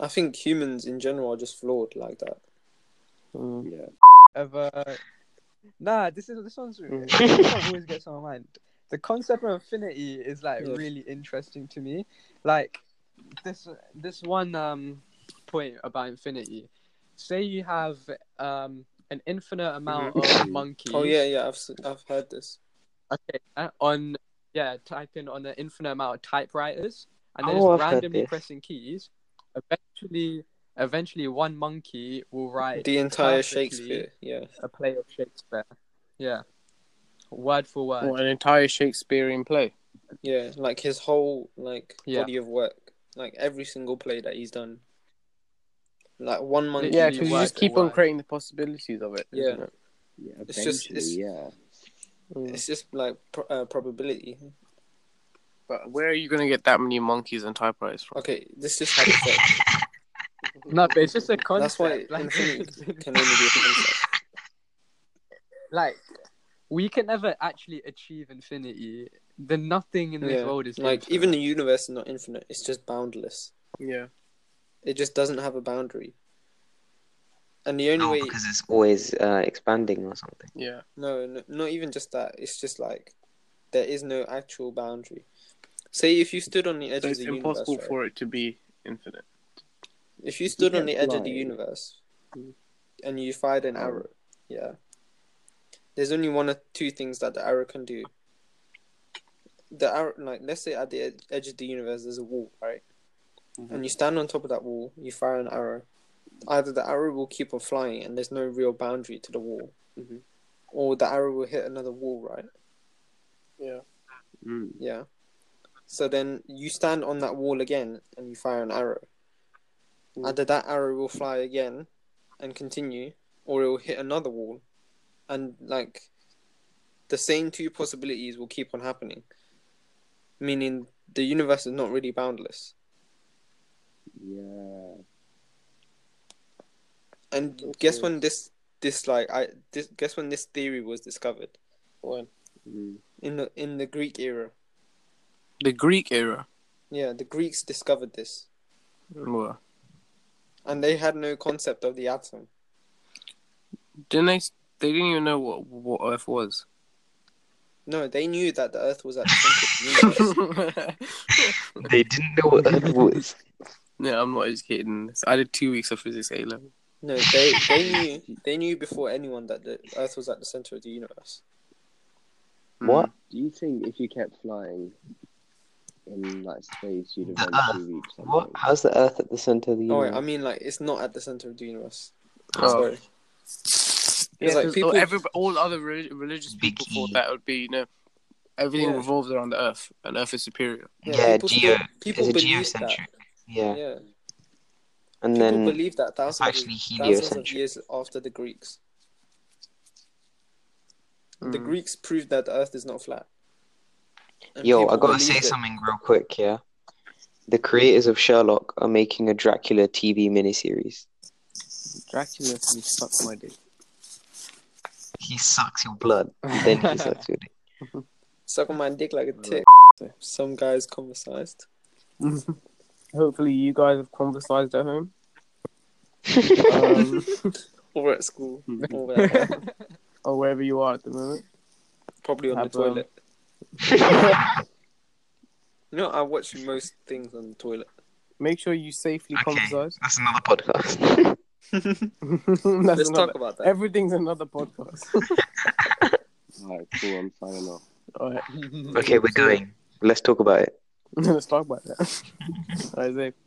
F: I think humans in general are just flawed like that.
A: Mm.
B: Yeah.
E: of uh nah this is this one's
A: Mm.
E: this one always gets on my mind the concept of affinity is like
F: Yeah.
E: really interesting to me like this this one um point about infinity say you have um an infinite amount of monkeys
F: Oh yeah, yeah. I've s- I've heard this.
E: okay uh, on yeah typing on an infinite amount of typewriters and then
D: Oh, I've
E: just
D: heard
E: randomly
D: this.
E: pressing keys eventually eventually one monkey will write
F: The entire
E: perfectly
F: Shakespeare. Yeah.
E: a play of Shakespeare. Yeah. Word for word.
A: Or an entire Shakespearean play.
F: Yeah, like his whole like
E: Yeah.
F: body of work, like every single play that he's done. Like one monkey.
A: Yeah,
E: you
A: because you
E: work
A: just
E: it
A: keep on
E: wide.
A: creating the possibilities of it.
F: Yeah.
A: isn't it?
B: Yeah,
F: It's just-
B: eventually,
F: it's-
B: yeah.
A: Mm.
F: It's just like pro- uh, probability.
A: But where are you going to get that many monkeys and typewriters from?
F: Okay, this is hypothetical.
E: No, but it's just a concept.
F: That's why infinity
E: like,
F: can only be a concept.
E: like, we can never actually achieve infinity. The nothing in this
F: Yeah,
E: world is
F: Like
E: infinite.
F: even the universe is not infinite. It's just boundless.
A: Yeah.
F: It just doesn't have a boundary. And the only
D: No,
F: way
D: because it's always uh, expanding or something.
A: Yeah.
F: No, no, not even just that. It's just like there is no actual boundary. Say if you stood on the edge
A: So
F: of
A: it's
F: the universe,
A: impossible
F: right?
A: for it to be infinite.
F: if you stood
B: You
F: on the
B: can't
F: edge of the
B: fly. Hmm. Um,
F: universe and you fired an arrow, yeah, there's only one or two things that the arrow can do. The arrow, like let's say at the ed- edge of the universe, there's a wall, right?
B: Mm-hmm.
F: And you stand on top of that wall, you fire an arrow. Either the arrow will keep on flying, and there's no real boundary to the wall,
B: Mhm.
F: or the arrow will hit another wall, right?
B: Mm.
F: Yeah. So then you stand on that wall again and you fire an arrow. Either that arrow will fly again and continue, or it will hit another wall. And like the same two possibilities will keep on happening. Meaning the universe is not really boundless.
B: Yeah.
F: And guess when this this like I this guess when this theory was discovered?
A: When?
B: Mm.
F: In the in the Greek era.
A: The Greek era.
F: Yeah, the Greeks discovered this.
A: Well,
F: And they had no concept of the atom.
A: didn't they? They didn't even know what what Earth was.
F: No, they knew that the Earth was at the center of the universe.
D: They didn't know what Earth was.
A: no, I'm not just kidding. I did two weeks of physics A level.
F: No, they they knew they knew before anyone that the Earth was at the center of the universe.
D: What?
B: Do you think if you kept flying in like space, you'd
D: The
B: eventually reach something?
D: Uh, What? How's the Earth at the center of the
F: Oh,
D: universe?
F: wait, I mean, like it's not at the center of the universe.
A: Oh.
F: Sorry.
A: Yeah,
F: like
A: 'cause
F: people-
A: all, every, all other relig- religious people
D: Vicky.
A: thought that would be, you know, everything
F: Yeah.
A: revolves around the Earth and Earth is superior.
D: yeah,
F: people
D: geo.
F: still- people
D: it's a
F: believe that.
D: geocentric. Yeah.
F: Yeah,
D: and
F: people
D: then
F: believe that thousands
D: actually
F: of, thousands of
D: heliocentric.
F: years after the Greeks, the
A: Mm.
F: Greeks proved that the Earth is not flat. And
D: yo, I
F: people
D: gotta
F: believed
D: say
F: it.
D: something real quick. Yeah, the creators of Sherlock are making a Dracula TV miniseries.
A: Dracula can suck my dick.
D: He sucks your blood, then he sucks your dick.
F: Suck on my dick like a tick. Some guys conversized.
A: Hopefully, you guys have conversed at home. um,
F: Or at school.
A: Mm-hmm.
F: or wherever.
A: or wherever you are at the moment.
F: Probably on
A: Have,
F: the
A: um,
F: toilet. you know, I watch most things on the toilet.
A: Make sure you safely
D: Okay.
A: conversate.
D: That's another podcast.
A: That's
F: Let's
A: another-
F: talk about that.
A: Everything's another podcast.
B: Alright, cool. I'm signing off.
A: All right.
D: okay, we're going. Let's talk about it.
A: Let's talk about that. Isaiah.